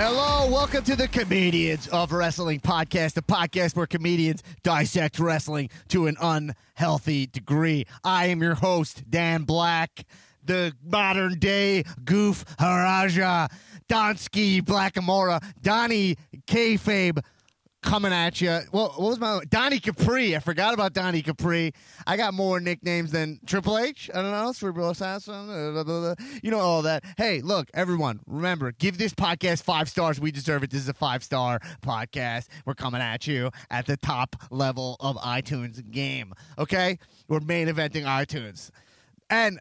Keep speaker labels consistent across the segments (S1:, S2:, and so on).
S1: welcome to the Comedians of Wrestling podcast, the podcast where comedians dissect wrestling to an unhealthy degree. I am your host, Dan Black, the modern day goof Haraja, Donsky Blackamora, Donnie Kayfabe. Coming at you. Well, what was my Donnie Capri? I forgot about Donnie Capri. I got more nicknames than Triple H. I don't know, Cerebral Assassin. uh, blah, blah, blah. You know all that. Hey, look, everyone, remember, give this podcast five stars. We deserve it. This is a five star podcast. We're coming at you at the top level of iTunes game. Okay, we're main eventing iTunes, and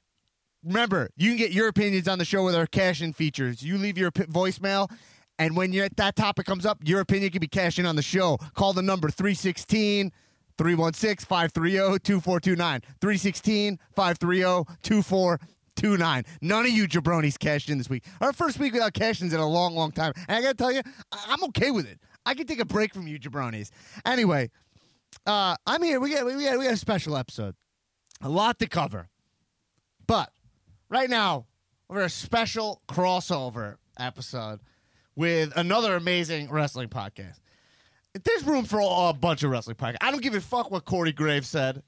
S1: remember, you can get your opinions on the show with our cash in features. You leave your p- voicemail, and when you're, that topic comes up, your opinion can be cashed in on the show. Call the number 316 316 530 2429. 316 530 2429. None of you jabronis cashed in this week. Our first week without cash ins in a long, long time. And I got to tell you, I- I'm okay with it. I can take a break from you jabronis. Anyway, uh, I'm here. We got, we, got, we got a special episode, a lot to cover. But right now, we're a special crossover episode with another amazing wrestling podcast. There's room for a bunch of wrestling podcasts. I don't give a fuck what Corey Graves said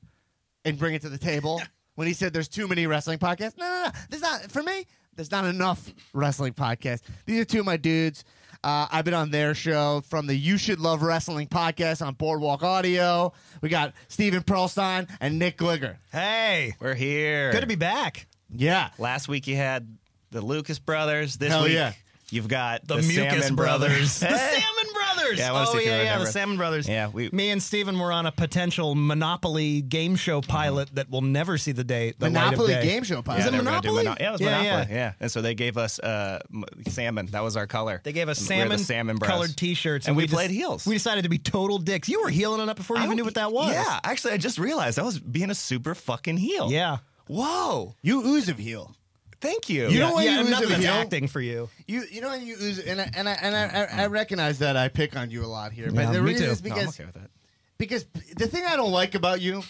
S1: and bring it to the table when he said there's too many wrestling podcasts. No, no, no. There's not for me. There's not enough wrestling podcasts. These are two of my dudes. Uh, I've been on their show from the You Should Love Wrestling podcast on Boardwalk Audio. We got Steven Perlstein and Nick Gligger.
S2: Hey,
S3: We're here.
S2: good to be back.
S1: Yeah.
S3: Last week you had the Lucas brothers. This
S1: Hell
S3: week
S1: yeah.
S3: you've got the,
S2: Mucus
S3: Salmon
S2: Brothers.
S3: Hey.
S2: The Salmon Brothers.
S3: Yeah, I wanna see
S2: oh
S3: if you
S2: yeah, yeah, the
S3: remember.
S2: Salmon Brothers.
S3: Yeah, we-
S2: Me and Steven were on a potential Monopoly game show pilot that will never see the day. the light of
S1: Monopoly
S2: day.
S1: game show podcast.
S2: Is it
S3: they were gonna do
S2: Monopoly?
S3: Mono- yeah, it was
S2: Yeah,
S3: Monopoly.
S2: yeah.
S3: Yeah. And so they gave us uh, m- salmon. That was our color.
S2: They gave us
S3: And we're
S2: salmon,
S3: the salmon bros.
S2: colored T-shirts,
S3: And we
S2: just-
S3: played heels.
S2: We decided to be total dicks. You were healing it up before you
S3: I
S2: even
S3: don't-
S2: knew what that was.
S3: Yeah, actually, I just realized I was being a super fucking heel.
S2: yeah.
S3: Whoa.
S1: You ooze of heel.
S3: Thank you.
S1: You
S2: yeah,
S1: know when
S2: yeah,
S1: you
S2: and
S1: lose
S2: nothing
S1: the
S2: that's
S1: heel?
S2: acting for you.
S1: You you know when you ooze and I, and I and I, I, I recognize that I pick on you a lot here, but
S2: Yeah,
S1: the
S2: me
S1: reason
S2: too.
S1: is
S3: No,
S1: because
S3: I'm okay with that.
S1: because the thing I don't like about you.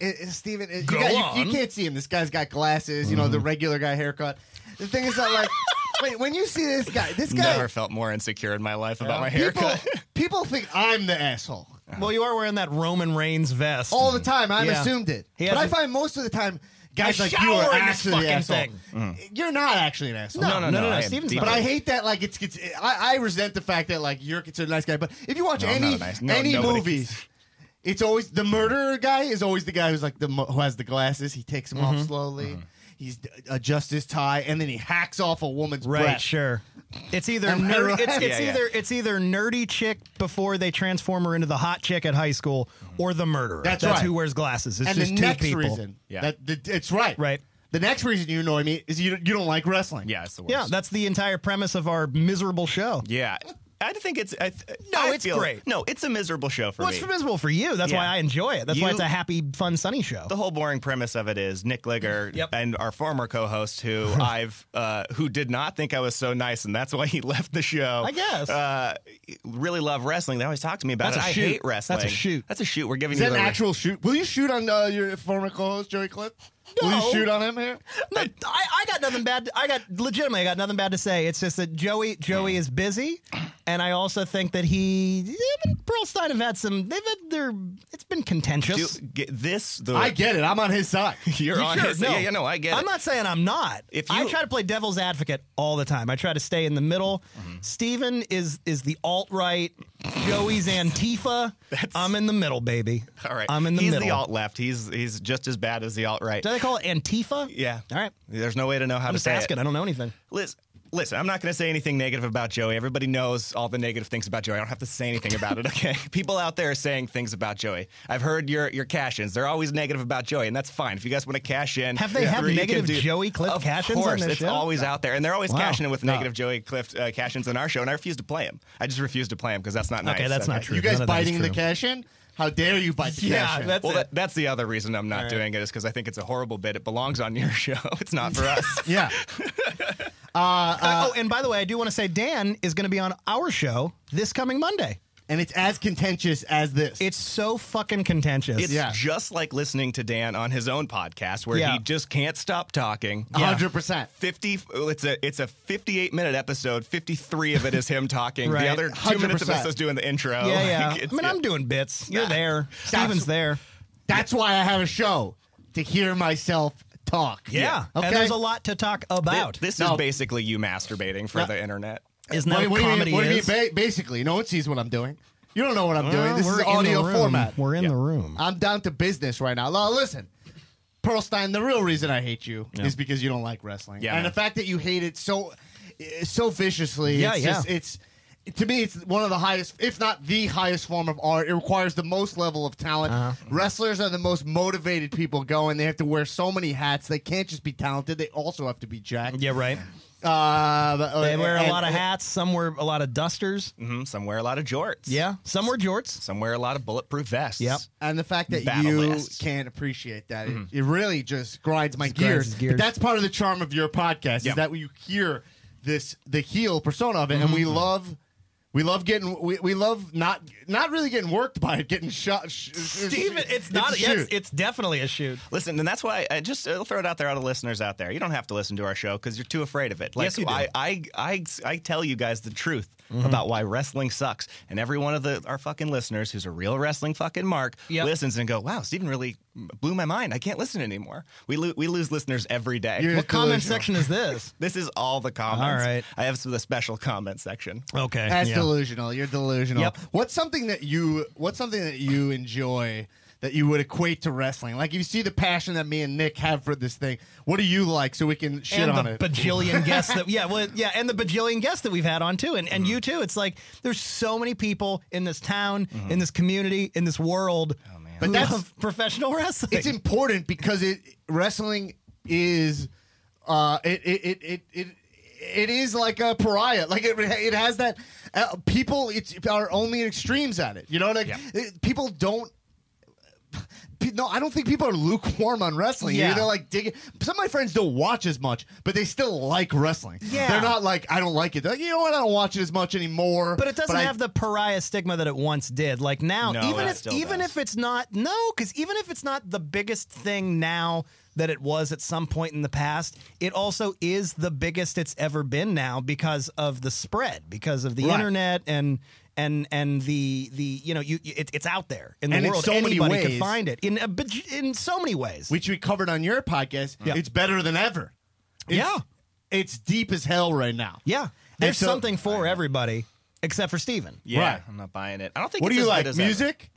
S1: Is, is Steven, is-
S2: Go
S1: you, got- you- you
S2: on. Mm-hmm.
S1: can't see him. This guy's got glasses, you know, the regular guy haircut. The thing is that, like, wait, when you see this guy, this guy,
S3: Never felt more insecure in my life about my
S1: people,
S3: haircut.
S1: people think I'm the asshole
S2: Well, you are wearing that Roman Reigns vest.
S1: all the time. I'm
S2: Mm. Yeah.
S1: assumed it.
S2: He
S1: But I
S2: hasn't-
S1: find most of the time, guys
S2: I
S1: like you are
S2: shower in this
S1: actually the
S2: fucking
S1: asshole.
S2: thing.
S1: You're not actually an asshole.
S3: no, no,
S2: no, no,
S3: I am
S2: Steven's
S3: deep-
S2: not.
S1: But I hate that. Like it's, it's I, I resent the fact that like you're considered a nice guy. But if you watch
S3: No, I'm
S1: any
S3: not a nice- no,
S1: any
S3: nobody-
S1: movies, it's always the murderer guy is always the guy who's like the mo- who has the glasses. He takes them
S3: Mm-hmm.
S1: off slowly. He's adjusts his tie and then he hacks off a woman's
S2: Right,
S1: breast.
S2: sure. It's either
S1: Am I
S2: nerdy,
S1: right?
S2: it's, it's
S3: Yeah, yeah.
S2: either it's either nerdy chick before they transform her into the hot chick at high school, or the murderer.
S1: That's right.
S2: who wears glasses. It's
S1: and
S2: just
S1: the
S2: two
S1: next
S2: people.
S1: reason,
S3: Yeah.
S1: that the, it's right,
S2: Right.
S1: The next reason you annoy me is you you don't like wrestling.
S3: yeah, it's the worst.
S2: Yeah, that's the entire premise of our miserable show.
S3: yeah. I think it's. I th-
S2: No,
S3: I
S2: it's
S3: feel-
S2: great.
S3: No, it's a miserable show for
S2: Well,
S3: me.
S2: it's miserable for you. That's
S3: Yeah.
S2: why I enjoy it. That's why
S3: You-
S2: it's a happy, fun, sunny show.
S3: the whole boring premise of it is Nick Ligger
S2: Mm, Yep.
S3: and our former co-host who I've uh, who did not think I was so nice and that's why he left the show.
S2: I guess.
S3: uh, really love wrestling. They always talk to me about
S2: That's
S3: it.
S2: a
S3: I
S2: shoot.
S3: hate wrestling.
S2: That's a shoot.
S3: That's a shoot. We're giving
S1: Is
S3: you
S1: that an
S3: the
S1: actual shoot? Will you shoot on uh, your former co-host Joey Cliff? Will
S2: No.
S1: you shoot on him here?
S2: No, I, I got nothing bad. I got legitimately, I got nothing bad to say. It's just that Joey Joey is busy, and I also think that he him and Pearlstein have had some. They've had their. It's been
S3: Do,
S2: contentious.
S3: get this the
S1: I get it. I'm on his side.
S3: you're on
S2: Sure,
S3: his yeah, yeah, no, I get
S2: I'm
S3: it.
S2: not saying I'm not.
S3: If
S2: I
S3: you-
S2: try to play devil's advocate all the time. I try to stay in the middle.
S3: Mm-hmm.
S2: Steven is is the alt right. Joey's Antifa. I'm in the middle, baby.
S3: All right.
S2: I'm in the
S3: he's
S2: middle.
S3: the alt left. He's he's just as bad as the alt right.
S2: Do they call it Antifa?
S3: Yeah.
S2: All right.
S3: There's no way to know how
S2: I'm
S3: to
S2: just
S3: say it.
S2: asking. I don't know anything.
S3: Liz, listen, I'm not going to say anything negative about Joey. Everybody knows all the negative things about Joey. I don't have to say anything about it, okay? People out there are saying things about Joey. I've heard your your cash-ins. They're always negative about Joey, and that's fine. If you guys want to cash in,
S2: Have they
S3: yeah.
S2: had
S3: three, you can
S2: negative
S3: do-
S2: Joey Cliff
S3: of
S2: cash-ins on
S3: course,
S2: this
S3: it's
S2: show?
S3: always out there, and they're always
S2: Wow.
S3: cashing in with
S2: No.
S3: negative Joey Cliff uh, cash-ins on our show, and I refuse to play him. I just refuse to play him because that's not nice.
S2: Okay, that's not true.
S1: You guys
S2: None of that is
S1: biting the
S2: true.
S1: cash in? How dare you bite the
S2: Yeah,
S1: cash in?
S2: that's
S3: well,
S2: it.
S3: that, that's the other reason I'm not
S2: right.
S3: doing it is because I think it's a horrible bit. It belongs on your show. It's not for us.
S1: yeah. Uh,
S2: Uh, oh, and by the way, I do want to say Dan is going to be on our show this coming Monday.
S1: and it's as contentious as this.
S2: It's so fucking contentious.
S3: It's
S1: Yeah.
S3: just like listening to Dan on his own podcast where
S2: Yeah.
S3: he just can't stop talking.
S1: A hundred percent.
S3: 50 it's a it's a 58 minute episode 53 of it is him talking
S2: Right.
S3: the other 2 minutes of
S1: 100%.
S3: us is doing the intro
S2: yeah, yeah.
S3: Like, it's-
S2: I mean,
S3: yeah.
S2: I'm doing bits. You're
S3: Nah.
S2: there.
S1: That's-
S2: Steven's there.
S1: That's why I have a show to hear myself talk. Okay.
S2: And there's a lot to talk
S3: Thi-
S2: about.
S3: this
S1: No.
S3: is basically you masturbating for the internet
S2: Isn't
S1: What,
S2: that
S1: do you-
S2: what
S1: what do you mean-
S2: comedy
S1: what do you mean
S2: is?
S1: ba- basically, no one sees what I'm doing. You don't know what I'm
S2: Well,
S1: doing. This
S2: we're
S1: is
S2: in the
S1: audio
S2: room.
S1: format.
S2: We're in
S3: Yeah.
S2: the room.
S1: I'm down to business right now. Now listen, Pearlstein, the real reason I hate you is because you don't like wrestling,
S3: Yeah,
S1: and
S3: man.
S1: the fact that you hate it so eh, so viciously.
S2: Yeah,
S1: it's
S2: yeah.
S1: Just, it's to me, it's one of the highest, if not the highest form of art. It requires the most level of talent.
S2: Uh-huh.
S1: Wrestlers are the most motivated people going. They have to wear so many hats. They can't just be talented. They also have to be jacked.
S2: yeah, right.
S1: Uh, but-
S2: They wear a
S1: and-
S2: lot of hats. Some wear a lot of dusters.
S3: hmm somewhere a lot of jorts
S2: Yeah. Some wear jorts.
S3: somewhere a lot of bulletproof vests
S2: Yep.
S1: and the fact that
S3: Battle
S1: you
S3: vests.
S1: can't appreciate that,
S2: Mm-hmm.
S1: it, it really just grinds my
S2: Just grinds
S1: gears.
S2: his gears.
S1: But that's part of the charm of your podcast
S3: Yeah.
S1: is that you hear this the heel persona of it, and we
S2: Mm-hmm.
S1: love. We love getting we, we love not not really getting worked by it, getting shot. Sh-
S2: Steven, it's not.
S1: a
S2: yes,
S1: shoot.
S2: it's definitely a shoot.
S3: Listen, and that's why I just I'll throw it out there, all the listeners out there. You don't have to listen to our show because you're too afraid of it. Like,
S2: Yes, you do.
S3: I, I, I, I tell you guys the truth
S1: Mm-hmm.
S3: about why wrestling sucks, and every one of the our fucking listeners who's a real wrestling fucking mark
S2: Yep.
S3: listens and go, "Wow, Steven really blew my mind. I can't listen anymore." We lo- we lose listeners every day.
S1: You're-
S2: What comment
S1: delusional.
S2: section is this?
S3: This is all the comments.
S2: All right.
S3: I have some of the special comment section.
S2: Okay.
S1: That's delusional. You're delusional.
S2: Yep.
S1: What's something that you What's something that you enjoy that you would equate to wrestling? Like if you see the passion that me and Nick have for this thing, what do you like so we can shit
S2: and
S1: on
S2: the
S1: it?
S2: bajillion guests that yeah well yeah and the bajillion guests that we've had on too and, and you too it's like there's so many people in this town in this community in this world Mm-hmm. oh,
S3: man.
S2: but
S1: But
S2: that's
S1: that's-
S2: professional wrestling
S1: it's important because it wrestling is uh it it it it, it it is like a pariah. Like it, it has that uh, people. It's are only extremes at it. You know, like
S3: Yeah.
S1: it- people don't. pe- No, I don't think people are lukewarm on wrestling.
S2: Yeah.
S1: Yeah. They're like digging. Some of my friends don't watch as much, but they still like wrestling.
S2: Yeah.
S1: they're not like I don't like it. They're like you know what, I don't watch it as much anymore.
S2: but it doesn't
S1: I-
S2: have the pariah stigma that it once did like now
S3: No,
S2: even
S3: it
S2: if
S3: still
S2: even
S3: does.
S2: if it's not no because even if it's not the biggest thing now that it was at some point in the past it also is the biggest it's ever been now because of the spread because of the
S1: Right.
S2: internet and and and the the you know you you- it, it's out there in the
S1: And in
S2: world
S1: so many
S2: anybody can
S1: ways.
S2: find it in a, baj- in so many ways
S1: which we covered on your podcast, it's better than ever. It's,
S2: Yeah.
S1: It's deep as hell right now.
S2: yeah
S1: And
S2: there's
S1: so-
S2: something for everybody except for Steven.
S3: Yeah,
S1: Right.
S3: I'm not buying it. I don't think.
S1: What
S3: it's
S1: do you
S3: as good
S1: like?
S3: as ever.
S1: Music?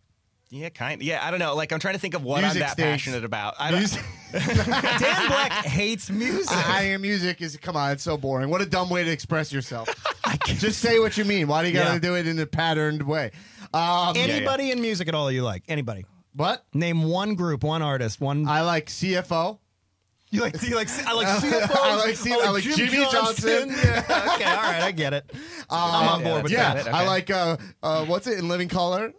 S3: Yeah, kind. Yeah, I don't know. Like, I'm trying to think of what
S1: Music
S3: I'm that
S1: stinks.
S3: passionate about. I don't,
S1: Music?
S2: Dan Black hates music.
S1: I I am music is come on, it's so boring. What a dumb way to express yourself. Just say what you mean. Why do you gotta
S2: Yeah.
S1: do it in a patterned way? Um,
S3: yeah.
S2: Anybody in music at all you like? Anybody?
S1: but
S2: Name one group, one artist, one.
S1: I like CFO.
S2: you like? You like? I like CFOs.
S1: I like C- I like Jimmy Johnson.
S2: Yeah, okay, all right, I get it. I'm on
S3: yeah,
S2: board with
S1: Um, yeah,
S3: got it, okay.
S1: I like uh, uh, what's it in Living Color?
S2: that.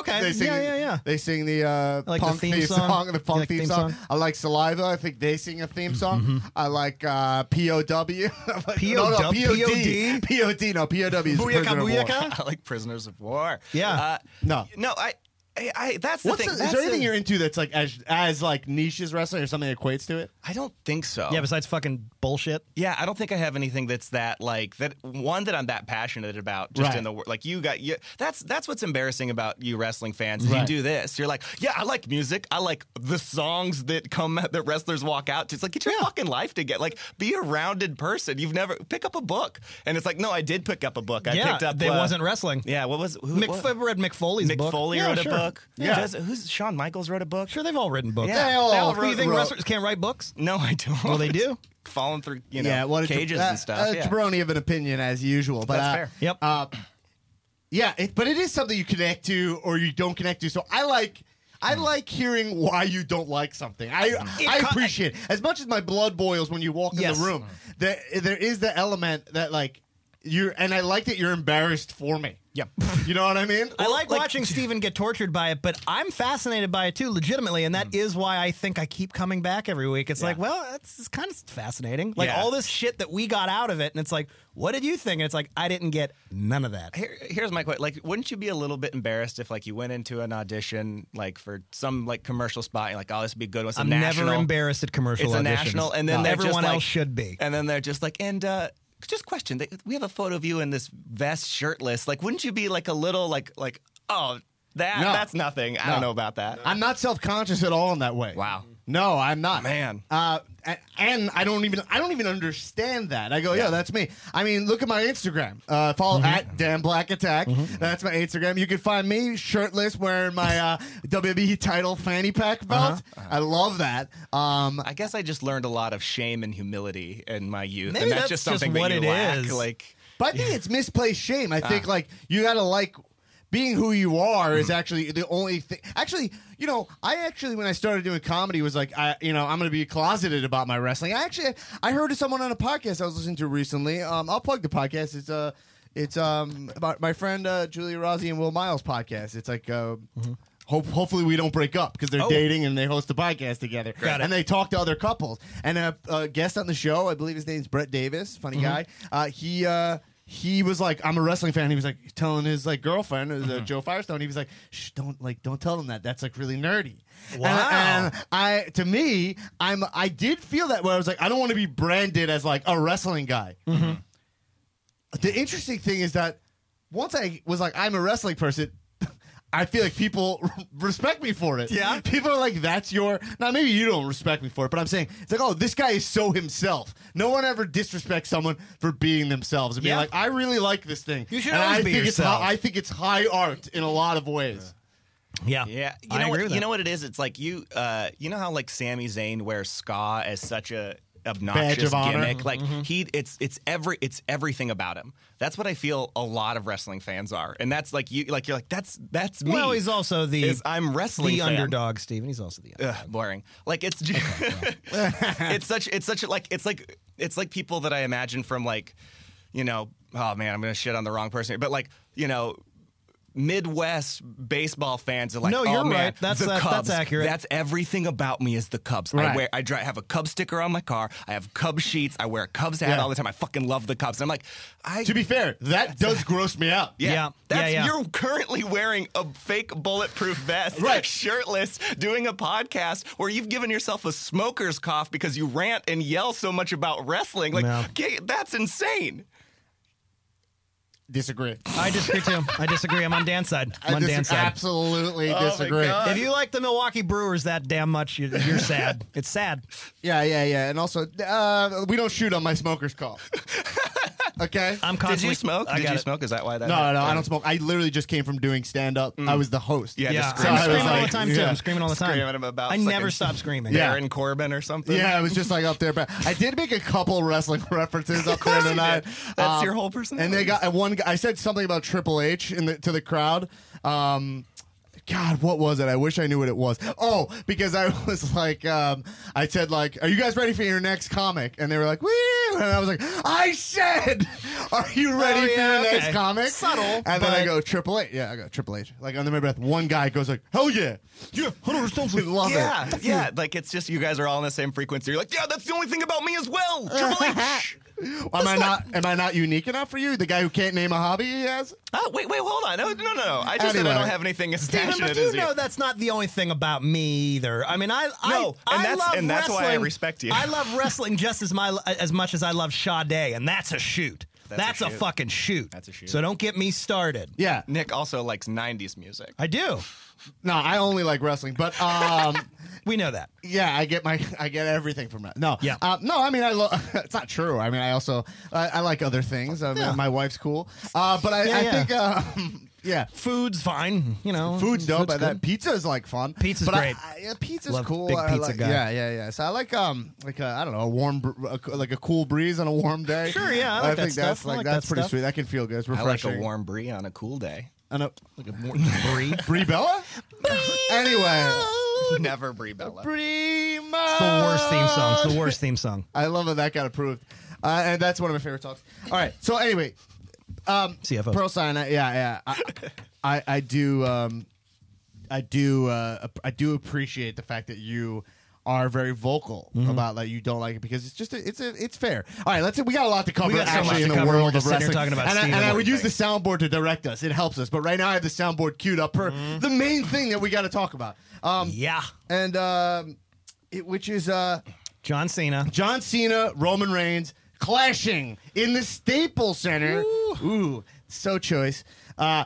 S2: Okay.
S1: They sing,
S2: yeah, yeah, yeah.
S1: They sing the uh,
S2: like the
S1: punk
S2: theme
S1: theme,
S2: song.
S1: song.
S2: You
S1: the punk
S2: like
S1: theme,
S2: theme
S1: song.
S2: song? Mm-hmm.
S1: I like Saliva. I think they sing a theme song. I like uh, POW. no, no,
S2: POW?
S1: POD. POD. No, POW is the
S2: Booyaka,
S1: prisoner of war.
S2: booyaka?
S3: I like Prisoners of War.
S2: Yeah.
S3: Uh,
S1: No.
S3: No, I, I, I that's the
S1: What's
S3: thing.
S1: the- is
S3: That's
S1: there anything
S3: the-
S1: you're into that's like as as like niche as wrestling or something that equates to it?
S3: I don't think so.
S2: Yeah. Besides fucking bullshit.
S3: Yeah, I don't think I have anything that's that like that one that I'm that passionate about. Just
S1: Right.
S3: in the wor- like you got you. That's that's what's embarrassing about you wrestling fans. is You
S1: Right.
S3: do this, you're like, yeah, I like music. I like the songs that come that wrestlers walk out to. It's like get your fucking life together. Like be a rounded person. You've never pick up a book, and it's like, no, I did pick up a book. I
S2: yeah.
S3: picked up.
S2: they
S3: uh,
S2: wasn't wrestling.
S3: Yeah, what was who?
S2: Mick
S3: what?
S2: I've read Mick Foley's
S3: Mick
S2: book.
S3: Foley
S2: Yeah,
S3: wrote
S2: sure.
S3: a book.
S1: Yeah.
S3: Does- who's Shawn Michaels wrote a book?
S2: Sure, they've all written books.
S3: Yeah.
S1: They all
S2: wrote, you
S1: wrote-
S2: think
S1: wrote-
S2: wrestlers can't write books?
S3: No, I don't.
S2: Well, they do.
S3: Falling through, you know,
S1: a jab-
S3: cages
S1: uh,
S3: and stuff.
S1: A
S3: yeah.
S1: jabroni of an opinion as usual, but
S3: That's
S1: uh,
S3: fair.
S2: Yep.
S1: Uh, yeah, it, but it is something you connect to or you don't connect to. So I like.
S3: Hmm.
S1: I like hearing why you don't like something. I I
S2: co-
S1: appreciate it. as much as my blood boils when you walk
S2: Yes.
S1: in the room. That there is the element that like you're, and I like that you're embarrassed for me. Yeah. You know what I mean?
S2: I like, watching Steven get tortured by it, but I'm fascinated by it too, legitimately, and that is
S3: Mm.
S2: why I think I keep coming back every week. It's like, well, that's it's kind of fascinating. Like
S3: Yeah.
S2: all this shit that we got out of it, and it's like, what did you think? And it's like, I didn't get none of that.
S3: Here, here's my question: Like, wouldn't you be a little bit embarrassed if, like, you went into an audition, like, for some like commercial spot, and like, oh, this would be a good one. It's a
S2: I'm
S3: national,
S2: never embarrassed at commercial.
S3: It's a
S2: auditions.
S3: national, and then
S2: No.
S3: they're
S2: everyone
S3: just like- eh,
S2: else should be.
S3: And then they're just like, and uh, just question: they, We have a photo of you in this vest, shirtless. Like, wouldn't you be like a little like like oh that
S1: No.
S3: that's nothing. I don't know about that.
S1: I'm not self conscious at all in that way.
S3: Wow.
S1: No, I'm not,
S3: Man.
S1: Uh, a- and I don't even I don't even understand that. I go, yeah, that's me. I mean, look at my Instagram. Uh, follow at Dan Black Attack. That's my Instagram. You can find me shirtless wearing my uh, WWE title fanny pack belt. I love that. Um,
S3: I guess I just learned a lot of shame and humility in my youth,
S2: Maybe
S3: and that's,
S2: that's
S3: just
S2: just
S3: something
S2: what
S3: that you
S2: it
S3: lack.
S2: is.
S3: Like,
S1: But I think it's misplaced shame. I think like you gotta like being who you are is actually the only thing. Actually, you know, I actually when I started doing comedy was like, I you know, I'm gonna be closeted about my wrestling. I actually I heard of someone on a podcast I was listening to recently. Um, I'll plug the podcast. It's uh, it's um about my friend uh, Julia Rossi and Will Miles podcast. It's like uh. Hope, hopefully we don't break up because they're dating and they host a podcast together and they talk to other couples and a, a guest on the show i believe his name's brett davis funny guy uh, he uh, he was like i'm a wrestling fan he was like telling his like girlfriend who's, uh, joe firestone he was like Shh, don't like don't tell them that that's like really nerdy And-
S2: Wow.
S1: and I to me, I'm I did feel that where I was like, I don't want to be branded as like a wrestling guy. The interesting thing is that once I was like, I'm a wrestling person. I feel like people respect me for it.
S2: Yeah.
S1: people are like, "That's your." Now, maybe you don't respect me for it, but I'm saying it's like, "Oh, this guy is so himself." No one ever disrespects someone for being themselves and being
S2: Yeah.
S1: like, "I really like this thing."
S2: You should
S1: and
S2: always
S1: I
S2: be
S1: think it's
S2: yourself.
S1: hi- I think it's high art in a lot of ways.
S2: yeah,
S3: yeah, you
S2: I
S3: know
S2: agree
S3: what
S2: with
S3: you
S2: that.
S3: know what it is. It's like you, uh, you know how like Sami Zayn wears ska as such a obnoxious
S1: honor.
S3: gimmick. Like
S2: Mm-hmm.
S3: he, it's it's every it's everything about him. That's what I feel a lot of wrestling fans are, and that's like you, like you're like that's that's me.
S2: Well, he's also the
S3: is I'm wrestling
S2: the
S3: fan.
S2: underdog, Steven. He's also the underdog.
S3: Ugh, boring. Like it's ju- it's such it's such a, like it's like it's like people that I imagine from like you know oh man I'm gonna shit on the wrong person here, but like you know Midwest baseball fans are like
S2: No,
S3: "Oh,
S2: you're
S3: man,
S2: right. That's-
S3: the
S2: that- that's
S3: Cubs.
S2: accurate."
S3: That's everything about me is the Cubs.
S1: Right.
S3: I wear I, dri have a Cubs sticker on my car. I have Cubs sheets. I wear a Cubs hat
S1: Yeah.
S3: all the time. I fucking love the Cubs. And I'm like I
S1: To be fair, that does gross me out.
S3: yeah.
S2: Yeah.
S3: That's
S2: Yeah, yeah.
S3: you're currently wearing a fake bulletproof vest,
S1: Right.
S3: shirtless, doing a podcast where you've given yourself a smoker's cough because you rant and yell so much about wrestling. Like
S2: No.
S3: okay, that's insane.
S1: Disagree.
S2: I disagree too. I disagree. I'm on Dan's side. I'm
S1: I
S2: on
S1: dis-
S2: Dan's side. Oh
S1: absolutely
S3: my
S1: disagree.
S3: God.
S2: If you like the Milwaukee Brewers that damn much, you're, you're sad. It's sad.
S1: Yeah, yeah, yeah. And also, uh, we don't shoot on my smoker's call. okay?
S2: I'm
S3: Did
S2: constantly.
S3: you smoke?
S2: I
S3: Did
S2: got
S3: you
S2: it.
S3: smoke? Is that why that?
S1: no, no, no, I don't smoke. I literally just came from doing stand up. I was the host.
S3: Yeah,
S2: Yeah,
S3: just
S2: I'm
S1: So I was
S3: screaming,
S2: screaming all
S1: like-
S2: the time too.
S1: yeah.
S2: I'm screaming all the time.
S3: Screaming about
S2: I never
S3: fucking-
S2: stop screaming.
S1: Yeah.
S3: Aaron Corbin or something.
S1: Yeah, it was just like up there, but I did make a couple wrestling references up there
S3: course you
S1: tonight. Um,
S3: did. That's your whole personality.
S1: And they got and one. guy- I said something about Triple H in the, to the crowd. Um, God, what was it? I wish I knew what it was. Oh, because I was like, um, I said like, "Are you guys ready for your next comic?" And they were like, "Woo!" And I was like, "I said, are you ready
S2: Oh,
S1: for
S2: yeah,
S1: your next
S2: okay.
S1: comic?"
S2: Subtle,
S1: And then I
S2: but-
S1: go Triple H. Yeah, I go Triple H. Like under my breath, one guy goes like, "Hell yeah, yeah, hundred percent, love
S3: Yeah,
S1: it."
S3: yeah. Like it's just you guys are all on the same frequency. You're like, yeah, that's the only thing about me as well. Triple H.
S1: Am I not? Am I not unique enough for you? The guy who can't name a hobby he has.
S3: Oh, wait, wait, hold on. No, no, no. no. I just said
S1: Anyway.
S3: I don't have anything as
S2: Steven,
S3: passionate
S2: but you
S3: as you.
S2: know that's not the only thing about me either. I mean, I
S3: No,
S2: I,
S3: and
S2: I
S3: that's-
S2: love
S3: and that's why I
S2: wrestling.
S3: respect you.
S2: I love wrestling just as my as much as I love Sade, and that's a shoot.
S3: That's
S2: That's,
S3: a
S2: a,
S3: shoot.
S2: fucking shoot.
S3: That's a shoot.
S2: So don't get me started.
S1: Yeah.
S3: Nick also likes '90s music.
S2: I do.
S1: No, I only like wrestling, but um,
S2: We know that.
S1: yeah, I get my I get everything from that. No.
S2: Yeah.
S1: Uh, no, I mean I love. it's not true. I mean I also I, I like other things. I mean,
S2: Yeah.
S1: My wife's cool, uh, but I,
S2: Yeah,
S1: I
S2: yeah.
S1: think uh, yeah.
S2: Food's fine. You know,
S1: Food's dope. but
S2: food's
S1: That
S2: good.
S1: pizza is like fun.
S2: Pizza's
S1: but I-
S2: great.
S1: I- yeah, pizza's
S2: Love
S1: cool.
S2: big
S1: I
S2: pizza
S1: like-
S2: guy.
S1: Yeah, yeah, yeah. So I like um like I I don't know a warm br- a, like a cool breeze on a warm day.
S2: Sure, yeah, I like that
S1: think that's
S2: stuff. I
S1: like,
S2: like
S1: that's
S2: that
S1: pretty
S2: stuff.
S1: sweet. That can feel good. It's
S3: I like
S1: refreshing.
S3: a warm brie on a cool day.
S1: And a-
S2: Like a more- brie.
S1: Brie Bella? anyway.
S3: Never brie Bella.
S1: Prima.
S2: It's the worst theme song. It's the worst theme song.
S1: I love that that got approved. Uh, and that's one of my favorite songs. All right. So, anyway, Um,
S2: CFO.
S1: Pearl Sign. I- Yeah, yeah. I, I, I do. Um, I do. Uh, ap- I do appreciate the fact that you are very vocal
S2: Mm-hmm.
S1: about like you don't like it because it's just a, it's a, it's fair. All right, let's. We got a lot to cover
S2: got so much
S1: actually
S2: to
S1: in the
S2: cover. We're
S1: world
S2: just
S1: of
S2: sitting here
S1: wrestling.
S2: talking about
S1: and I,
S2: Steve
S1: and I
S2: and
S1: would use the soundboard to direct us. It helps us. But right now I have the soundboard queued up for the main thing that we got to talk about. Um,
S2: Mm-hmm. Yeah.
S1: and um, it, which is uh.
S2: John Cena.
S1: John Cena, Roman Reigns clashing in the Staples Center. Ooh, so choice. Uh,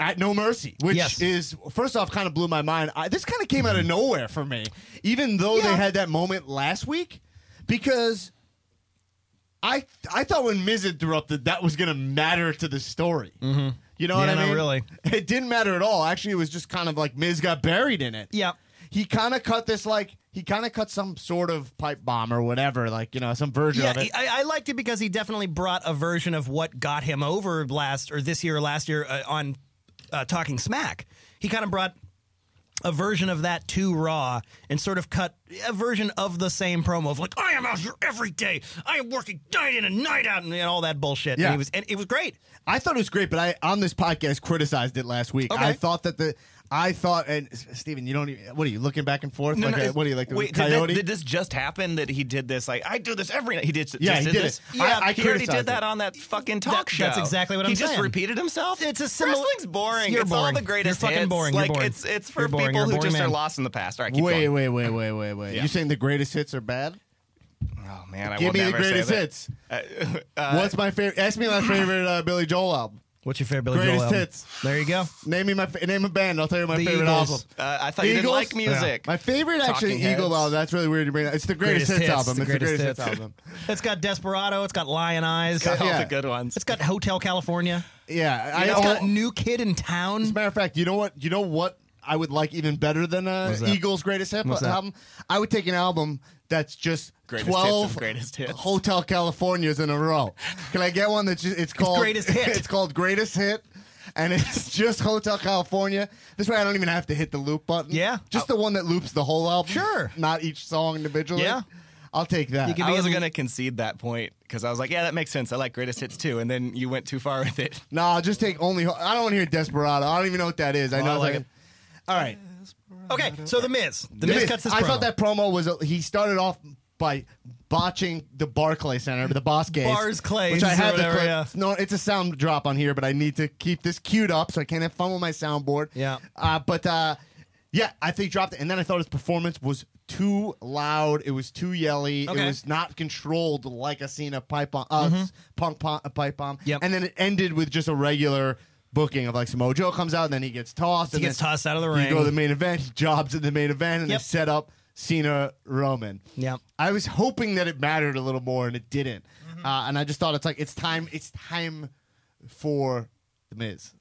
S1: at No Mercy, which
S2: Yes.
S1: is first off, kind of blew my mind. I, this kind of came out of nowhere for me, even though they
S2: Yeah.
S1: had that moment last week, because I I thought when Miz interrupted that was going to matter to the story. You know what
S2: Mm-hmm. Yeah,
S1: I
S2: not
S1: mean?
S2: really.
S1: It didn't matter at all. Actually, it was just kind of like Miz got buried in it
S2: Yeah.
S1: he kind of cut this like he kind of cut some sort of pipe bomb or whatever, like you know some version
S2: Yeah,
S1: of it.
S3: uh
S2: he- I, I liked it because he definitely brought a version of what got him over last or this year or last year uh, on uh, Talking Smack. He kind of brought a version of that to Raw and sort of cut a version of the same promo of like, I am out here every day. I am working night in and night out and, and all that bullshit.
S1: Yeah.
S2: And, he was, and it was great.
S1: I thought it was great, but I on this podcast criticized it last week.
S2: Okay.
S1: I thought that the I thought and S- Steven, you don't even what are you looking back and forth? like a,
S3: it's-
S1: what are you like the
S3: wait, did that-
S1: coyote?
S3: Did, this just happen that he did this? Like I do this every night. He did.
S1: Yeah,
S3: just
S1: he
S3: did,
S1: did
S3: this.
S1: it. I- I
S3: he already
S1: criticized
S3: did that
S1: it.
S3: on that fucking talk
S2: That-
S3: show.
S2: that's exactly what I'm
S3: he He
S2: saying.
S3: just repeated himself.
S2: It's a similar-
S3: Wrestling's boring.
S2: You're
S3: it's all
S2: boring.
S3: the greatest
S2: You're fucking
S3: hits.
S2: boring. You're
S3: Like
S2: boring.
S3: it's it's for
S2: You're boring. You're
S3: people
S2: a
S3: who
S2: boring
S3: just are
S2: man.
S3: lost in the past. All right, keep
S1: wait,
S3: going.
S1: wait, wait, wait, wait, wait.
S3: Yeah.
S1: You saying the greatest hits are bad?
S3: Oh man, I
S1: Give
S3: will
S1: me the
S3: never say
S1: greatest
S3: that.
S1: hits.
S3: Uh, uh,
S1: What's my favorite? Ask me my favorite uh, Billy Joel album.
S2: What's your favorite Billy
S1: Greatest
S2: Joel album?
S1: hits.
S2: There you go.
S1: Name me my fa- name a band. I'll tell you my
S2: The
S1: favorite
S2: Eagles.
S1: album.
S3: uh, I thought you didn't
S1: Eagles?
S3: like music.
S1: My favorite actually
S3: Talking
S1: Eagle
S3: Heads.
S1: album. That's really weird to bring. That. It's the greatest, hits, album. it's the greatest hits album.
S2: It's got Desperado. It's got Lion Eyes. It's
S3: All
S1: yeah.
S3: the good ones.
S2: it's got Hotel California.
S1: Yeah,
S2: It's
S1: I al-
S2: got New Kid in Town.
S1: As a matter of fact, you know what? You know what? I would like even better than uh,
S2: What's that?
S1: Eagles' greatest hip
S2: What's that?
S1: album. I would take an album that's just
S3: Greatest hits of
S1: twelve
S3: greatest hits.
S1: Hotel Californias in a row. Can I get one that's just, it's called
S2: greatest hit.
S1: It's called Greatest Hit, and it's just Hotel California. This way, I don't even have to hit the loop button.
S2: Yeah.
S1: just the one that loops the whole album.
S2: Sure.
S1: not each song individually.
S2: Yeah.
S1: I'll take that.
S2: You can-
S3: I
S2: be
S3: was
S2: a-
S3: going to concede that point because I was like, yeah, that makes sense. I like greatest hits too, and then you went too far with it.
S1: No, I'll just take only. I don't want to hear Desperado. I don't even know what that is. I
S3: Oh,
S1: know
S3: I like
S1: that-
S3: it.
S1: All right.
S2: Okay, so the Miz.
S1: The
S2: The Miz
S1: Miz-
S2: cuts his
S1: I
S2: promo.
S1: thought that promo was he started off by botching the Barclay Center, the boss case,
S2: Bars Clays
S1: which I
S2: or
S1: have the
S2: whatever,
S1: clip.
S2: yeah.
S1: No, it's a sound drop on here, but I need to keep this queued up so I can't have fun with my soundboard.
S2: Yeah.
S1: uh, but uh, yeah, I think he dropped it, and then I thought his performance was too loud. It was too yelly. It
S2: Okay. Mm-hmm.
S1: was not controlled like a Cena pipe bomb, uh, punk pom- uh, pipe bomb.
S2: Yep.
S1: and then it ended with just a regular. Booking of like some Mojo comes out and then he gets tossed.
S2: He
S1: and
S2: gets
S1: then
S2: tossed out of the
S1: You
S2: ring.
S1: go to the main event. He jobs at the main event, and
S2: Yep.
S1: they set up Cena Roman.
S2: Yep.
S1: I was hoping that it mattered a little more, and it didn't.
S2: Mm-hmm.
S1: Uh, and I just thought it's like it's time. It's time for the Miz.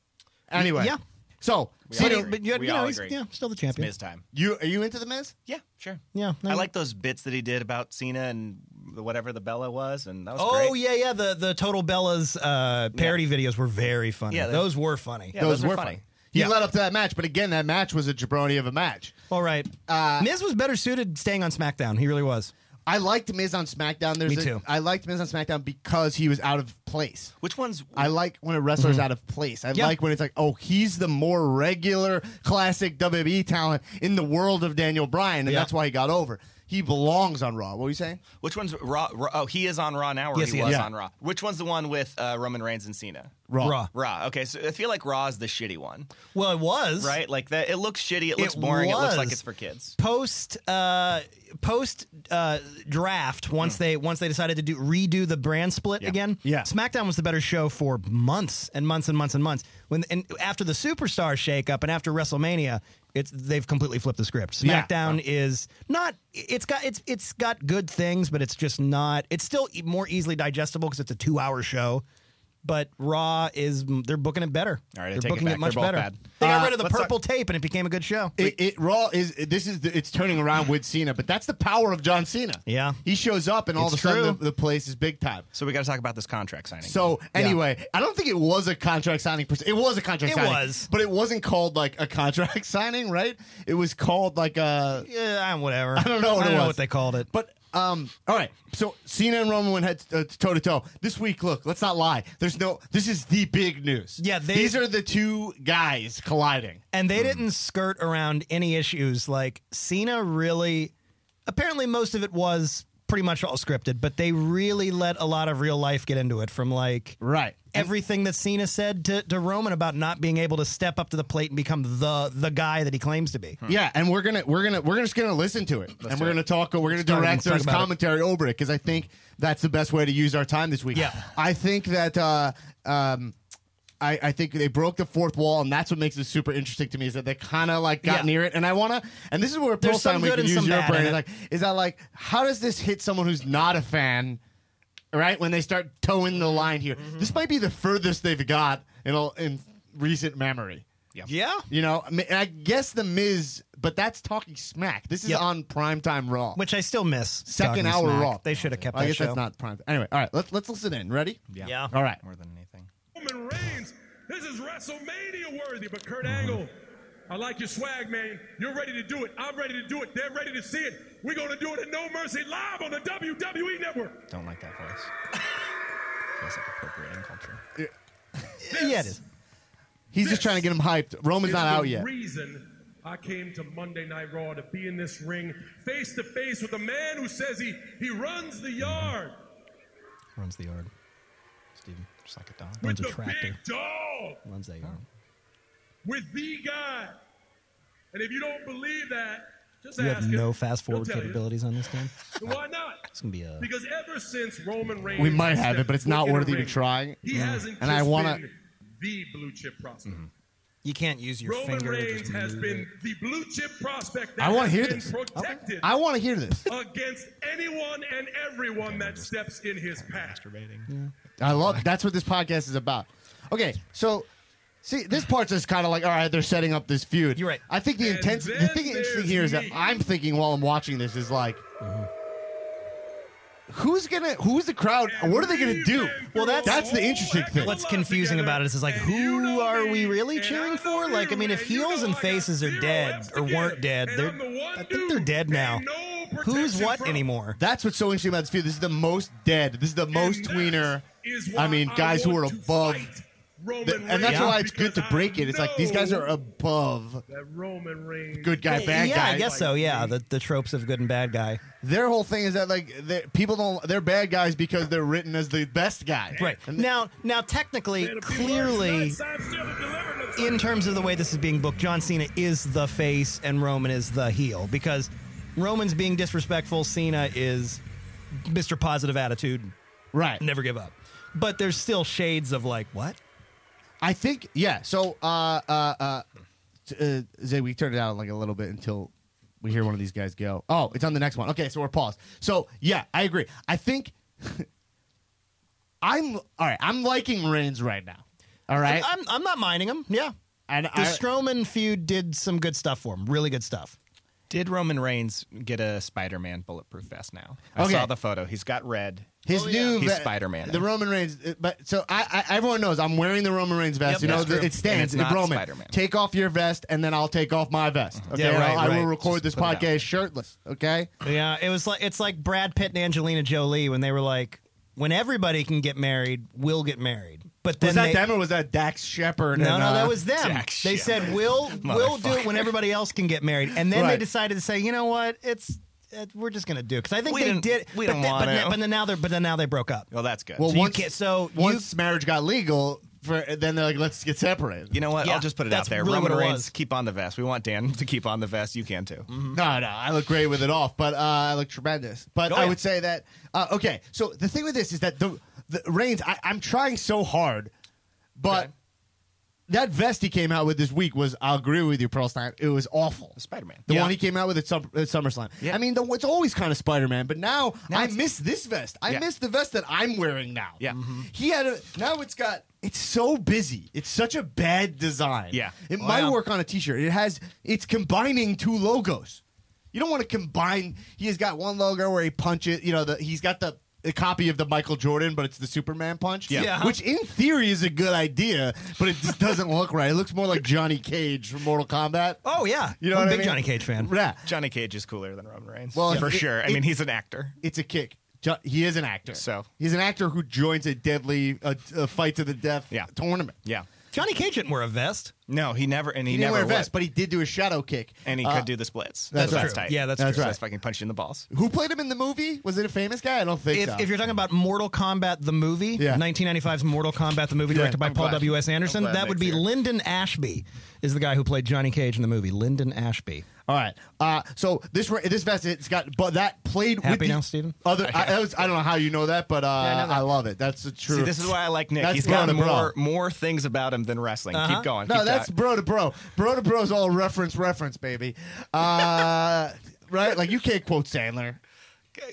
S1: Anyway,
S2: yeah.
S1: So
S2: but,
S1: Cena,
S3: agree.
S2: but you,
S3: We
S2: you know,
S3: all
S2: he's
S3: agree.
S2: yeah, still the champion.
S3: Miz time.
S1: you are you into the Miz?
S3: Yeah, sure.
S2: Yeah, no,
S3: I
S2: you-
S3: like those bits that he did about Cena and the- whatever the Bella was, and that was
S2: Oh
S3: great.
S2: yeah, yeah. The the Total Bellas uh, parody videos were very funny.
S3: Yeah, they-
S2: those were funny.
S3: Yeah, those are funny.
S1: He
S2: Yeah.
S1: led up to that match, but again, that match was a jabroni of a match.
S2: All right,
S1: Uh,
S2: Miz was better suited staying on SmackDown. He really was.
S1: I liked Miz on SmackDown. There's
S2: Me
S1: a-
S2: too.
S1: I liked Miz on SmackDown because he was out of place.
S3: Which one's
S1: I like when a wrestler's out of place. I
S2: Mm-hmm. Yeah.
S1: like when it's like, oh, he's the more regular, classic WWE talent in the world of Daniel Bryan, and
S2: Yeah.
S1: that's why he got over. He belongs on Raw. What were you saying?
S3: which one's Raw? Raw oh, he is on Raw now, or
S2: Yes,
S3: he
S2: he
S3: was
S2: is.
S3: on Raw. Which one's the one with uh, Roman Reigns and Cena?
S1: Raw.
S2: Raw.
S3: Raw. Okay, so I feel like Raw is the shitty one,
S2: Well, it was
S3: right? Like that. It looks shitty. It looks
S2: It
S3: boring. It looks
S2: was.
S3: like it's for kids.
S2: post uh, post uh, draft. Once
S3: Hmm.
S2: they once they decided to do redo the brand split again.
S1: Yeah.
S2: SmackDown was the better show for months and months and months and months. When and after the superstar shakeup and after WrestleMania, it's they've completely flipped the script.
S1: Yeah.
S2: SmackDown is not. It's got it's it's got good things, but it's just not. It's still e- more easily digestible because it's a two hour show. But Raw is they're booking it better.
S3: All right, I
S2: they're
S3: take
S2: booking
S3: it back.
S2: it much
S3: They're both
S2: better.
S3: bad.
S2: They got
S1: Uh,
S2: rid of the
S3: let's talk-
S2: purple tape, and it became a good show.
S1: It, it Raw is this is the, it's turning around with Cena, but that's the power of John Cena.
S2: Yeah.
S1: he shows up and all
S2: It's
S1: of a sudden
S2: true.
S1: the, the place is big time.
S3: So we got to talk about this contract signing.
S1: So anyway, I don't think it was a contract signing. Per- se. it was a contract.
S2: It
S1: signing,
S2: was.
S1: but it wasn't called like a contract signing, right? It was called like a.
S2: yeah, whatever. I
S1: don't know what it
S2: I don't know
S1: was.
S2: what they called it.
S1: But um, all right. So Cena and Roman went head uh, toe to toe this week. Look, let's not lie. There's no. This is the big news.
S2: Yeah, they-
S1: these are the two guys colliding.
S2: And they didn't skirt around any issues. Like Cena really, apparently most of it was pretty much all scripted, but they really let a lot of real life get into it. From like
S1: Right.
S2: everything that Cena said to, to Roman about not being able to step up to the plate and become the the guy that he claims to be.
S1: Yeah, and we're gonna we're gonna we're just gonna listen to it, and
S3: do
S1: we're
S3: it.
S1: gonna talk. We're gonna
S2: talk-
S1: direct
S2: let's talk
S1: there's
S2: about it.
S1: commentary over it because I think that's the best way to use our time this week.
S2: Yeah.
S1: I think that. Uh, um, I, I think they broke the fourth wall, and that's what makes it super interesting to me. Is that they kind of like got
S2: Yeah.
S1: near it, and I want to. And this is where
S2: There's some
S1: profile we
S2: good
S1: can
S2: and
S1: use
S2: some
S1: your
S2: bad in
S1: brain.
S2: it.
S1: Like, is that like how does this hit someone who's not a fan? Right when they start towing the line here,
S2: Mm-hmm.
S1: this might be the furthest they've got in all, in recent memory.
S2: Yeah.
S1: You know, I, mean, I guess the Miz, but that's talking smack. This is
S2: Yep.
S1: on primetime Raw,
S2: Which I still miss.
S1: second
S2: Talking
S1: hour
S2: Smack.
S1: Raw.
S2: They should have kept
S1: I
S2: that
S1: guess
S2: show.
S1: that's not prime. Anyway, all right, let's let's listen in. Ready?
S2: Yeah.
S1: All right.
S3: more than anything.
S4: Roman Reigns, this is WrestleMania worthy. But Kurt Angle, I like your swag, man. You're ready to do it. I'm ready to do it. They're ready to see it. We're going to do it at No Mercy live on the WWE Network.
S3: Don't like that voice. Feels like appropriating culture.
S2: Yeah, it is.
S1: He's just trying to get him hyped. Roman's
S4: It's
S1: not out
S4: the
S1: yet.
S4: reason I came to Monday Night Raw to be in this ring face to face with a man who says he, he runs the yard
S2: Runs the yard.
S3: Steven, just like a dog.
S4: with
S2: Runs a
S4: the big
S2: tractor.
S4: dog.
S2: Runs that yard.
S4: with the guy. And if you don't believe that, just
S2: You
S4: ask
S2: have
S4: him.
S2: no fast forward
S4: He'll tell you.
S2: capabilities on this game.
S4: And Why not?
S2: It's gonna be a.
S4: Because ever since Roman Reigns,
S1: We might have it, but it's not
S4: stepped
S1: worth
S4: in the
S1: even
S4: ring,
S1: trying.
S4: He hasn't.
S1: Mm-hmm. And I
S4: just
S1: wanna- Mm-hmm.
S4: been the blue chip prospect.
S2: You can't use your
S4: Roman
S2: finger. to
S4: Reigns
S2: just
S4: has
S2: move
S4: been
S2: it.
S4: the blue chip prospect. That
S1: I want
S4: has
S1: to hear
S4: been
S1: this.
S4: Protected
S1: I want to hear this.
S4: against anyone and everyone that steps in his path.
S3: Masturbating.
S1: I love. That's what this podcast is about. Okay, so see, this part's just kind of like, all right, they're setting up this feud.
S2: You're right.
S1: I think the
S4: And
S1: intense. The
S4: then
S1: thing interesting
S4: there's
S1: here is that
S4: me.
S1: I'm thinking while I'm watching this is like. Who's gonna? Who's the crowd?
S4: And
S1: What are they gonna
S4: we've
S1: do?
S4: been
S2: Well,
S4: through
S2: that's-
S4: a
S1: that's the
S4: whole
S1: interesting
S4: heck
S1: thing.
S4: of a
S2: What's
S4: lot
S2: confusing
S4: together,
S2: about it is, it's like,
S4: and
S2: who
S4: you know
S2: are we
S4: me,
S2: really
S4: and I
S2: cheering
S4: know
S2: for?
S4: you,
S2: Like, I mean, if
S4: and you
S2: heels
S4: know
S2: and
S4: I got
S2: faces are
S4: zero
S2: dead
S4: left
S2: or
S4: to give,
S2: weren't dead,
S4: and
S2: they're-
S4: I'm the one
S2: I think
S4: dude
S2: they're dead now.
S4: ain't no
S2: Who's
S4: protection
S2: what
S4: from.
S2: anymore?
S1: That's what's so interesting about this feud. This is the most dead. This is the most
S4: And that
S1: tweener.
S4: is why
S1: I mean, guys who are
S4: want to
S1: above.
S4: fight
S1: the-
S4: Roman
S1: and that's
S4: Reigns,
S1: why it's good to
S4: because I
S1: break it. It's like these guys
S4: know
S1: are above
S4: that Roman Reigns.
S1: good guy, bad
S2: yeah,
S1: guy.
S2: I guess so. Yeah, the, the tropes of good and bad guy.
S1: Their whole thing is that like they're- people don't. They're bad guys because they're written as the best guy.
S2: Right
S1: And
S2: now, now technically,
S4: And if people are
S2: clearly,
S4: nuts, I'm still delivering them.
S2: in terms of the way this is being booked, John Cena is the face and Roman is the heel because Roman's being disrespectful. Cena is Mr. Positive Attitude,
S1: Right.
S2: never give up. But there's still shades of like what?
S1: I think yeah. So uh uh uh, t- uh Zay, we turned it out like a little bit until we hear one of these guys go. Oh, it's on the next one. Okay, so we're paused. So yeah, I agree. I think I'm all right. I'm liking Reigns right now. All right,
S2: I'm I'm not minding him. Yeah,
S1: and
S2: the
S1: I,
S2: Strowman feud did some good stuff for him. Really good stuff.
S3: Did Roman Reigns get a Spider-Man bulletproof vest now? I
S1: Okay.
S3: saw the photo. He's got red.
S1: his new
S3: He's
S1: ve-
S3: Spider-Man.
S1: The Roman Reigns, uh, but so I, I everyone knows I'm wearing the Roman Reigns vest.
S2: Yep,
S1: you know,
S2: that's true.
S1: th- it stands.
S3: And it's
S1: It-
S3: not
S1: Roman,
S3: Spider-Man.
S1: take off your vest, and then I'll take off my vest. Okay,
S2: Yeah,
S1: And
S2: right,
S1: I'll- I will
S2: right.
S1: record
S3: Just
S1: this
S3: put it out there.
S1: podcast shirtless. Okay.
S2: Yeah, it was like it's like Brad Pitt and Angelina Jolie when they were like, when everybody can get married, we'll get married. But then
S1: Was that
S2: they,
S1: them or was that Dax Shepard?
S2: No,
S1: and,
S2: no,
S1: uh,
S2: that was them.
S3: Jack
S2: they
S3: shit.
S2: said we'll we'll do it when everybody else can get married, and then they
S1: Right.
S2: decided to say, you know what, it's. it- We're just gonna do because I think
S3: We
S2: they
S3: didn't-
S2: did.
S3: we
S2: but
S3: don't
S2: then-
S3: want Oh.
S2: but,
S3: to.
S2: Then, but then now they're but then now they broke up.
S3: Well, that's good.
S1: Well,
S2: So you
S1: once
S2: can't- so you-
S1: once marriage got legal, for then they're like, let's get separated.
S3: you know what?
S2: Yeah,
S3: I'll just put it
S2: that's
S3: out there.
S2: really
S3: Roman
S2: what it
S3: Reigns,
S2: was.
S3: keep on the vest. We want Dan to keep on the vest. You can too.
S1: No, no, I look great with it off, but uh, I look tremendous. But
S2: Oh,
S1: I
S2: yeah.
S1: would say that uh, okay. So the thing with this is that the the Reigns, I, I'm trying so hard, but
S3: Okay.
S1: that vest he came out with this week was. I'll agree with you, Pearl Stein. It was awful.
S3: Spider-Man.
S1: The
S2: Yeah.
S1: one he came out with at, Sum- at SummerSlam.
S3: Yeah.
S1: I mean, the, it's always kind of Spider Man, but now, I
S3: it's-
S1: miss this vest. I
S3: Yeah.
S1: miss the vest that I'm wearing now.
S3: Yeah. Mhm.
S1: He had a. Now it's got. It's so busy. It's such a bad design.
S3: Yeah.
S1: It
S2: Oh,
S1: might
S2: yeah.
S1: work on a t shirt. It has. It's combining two logos. You don't want to combine. He has got one logo where he punches. You know, the, he's got the. A copy of the Michael Jordan, but it's the Superman punch.
S3: Yeah.
S2: Yeah.
S1: Which in theory is a good idea, but it just doesn't look right. It looks more like Johnny Cage from Mortal Kombat.
S2: Oh yeah,
S1: You know
S2: I'm
S1: what
S2: a
S1: I
S2: big
S1: mean?
S2: Johnny Cage fan.
S1: Yeah.
S3: Johnny Cage is cooler than Roman Reigns.
S1: Well,
S3: Well, for
S1: it-
S3: sure. I
S1: it-
S3: mean, he's an actor.
S1: It's a kick. Jo- He is an actor.
S3: So?
S1: he's an actor who joins a deadly uh, a fight to the death
S3: Yeah.
S1: tournament.
S3: Yeah.
S2: Johnny Cage didn't wear a vest.
S3: No, he never and he,
S1: He, didn't
S3: never
S1: wear a vest,
S3: would.
S1: but he did do a shadow kick.
S3: and he
S1: Uh,
S3: could do the splits.
S1: that's
S3: so
S1: true.
S3: that's tight.
S2: Yeah, that's
S3: So
S1: That's true. right.
S3: That's fucking punching the balls.
S1: Who played him in the movie? Was it a famous guy? I don't think
S2: If,
S1: so.
S2: if you're talking about Mortal Kombat the movie,
S1: Yeah.
S2: 1995's Mortal Kombat the movie, directed by
S3: I'm
S2: Paul
S3: glad-
S2: W. S. Anderson,
S3: I'm glad
S2: that would
S3: Nick's
S2: be
S3: here.
S2: Lyndon Ashby, is the guy who played Johnny Cage in the movie. Lyndon Ashby.
S1: All right. Uh, so this re- this vest it's got but that played with
S2: Happy
S1: the
S2: now, Steven?
S1: Other I, that was, I don't know how you know that, but uh,
S2: I
S1: I,
S2: know that.
S1: love it. That's the truth.
S3: See, this is why I like Nick.
S1: That's
S3: he's got
S1: bro to bro.
S3: more more things about him than wrestling. Keep going.
S1: Uh-huh. No,
S3: Keep
S1: that's
S3: talking.
S1: bro to bro. Bro to bro's all reference reference, baby. Uh, right? Like you can't quote Sandler.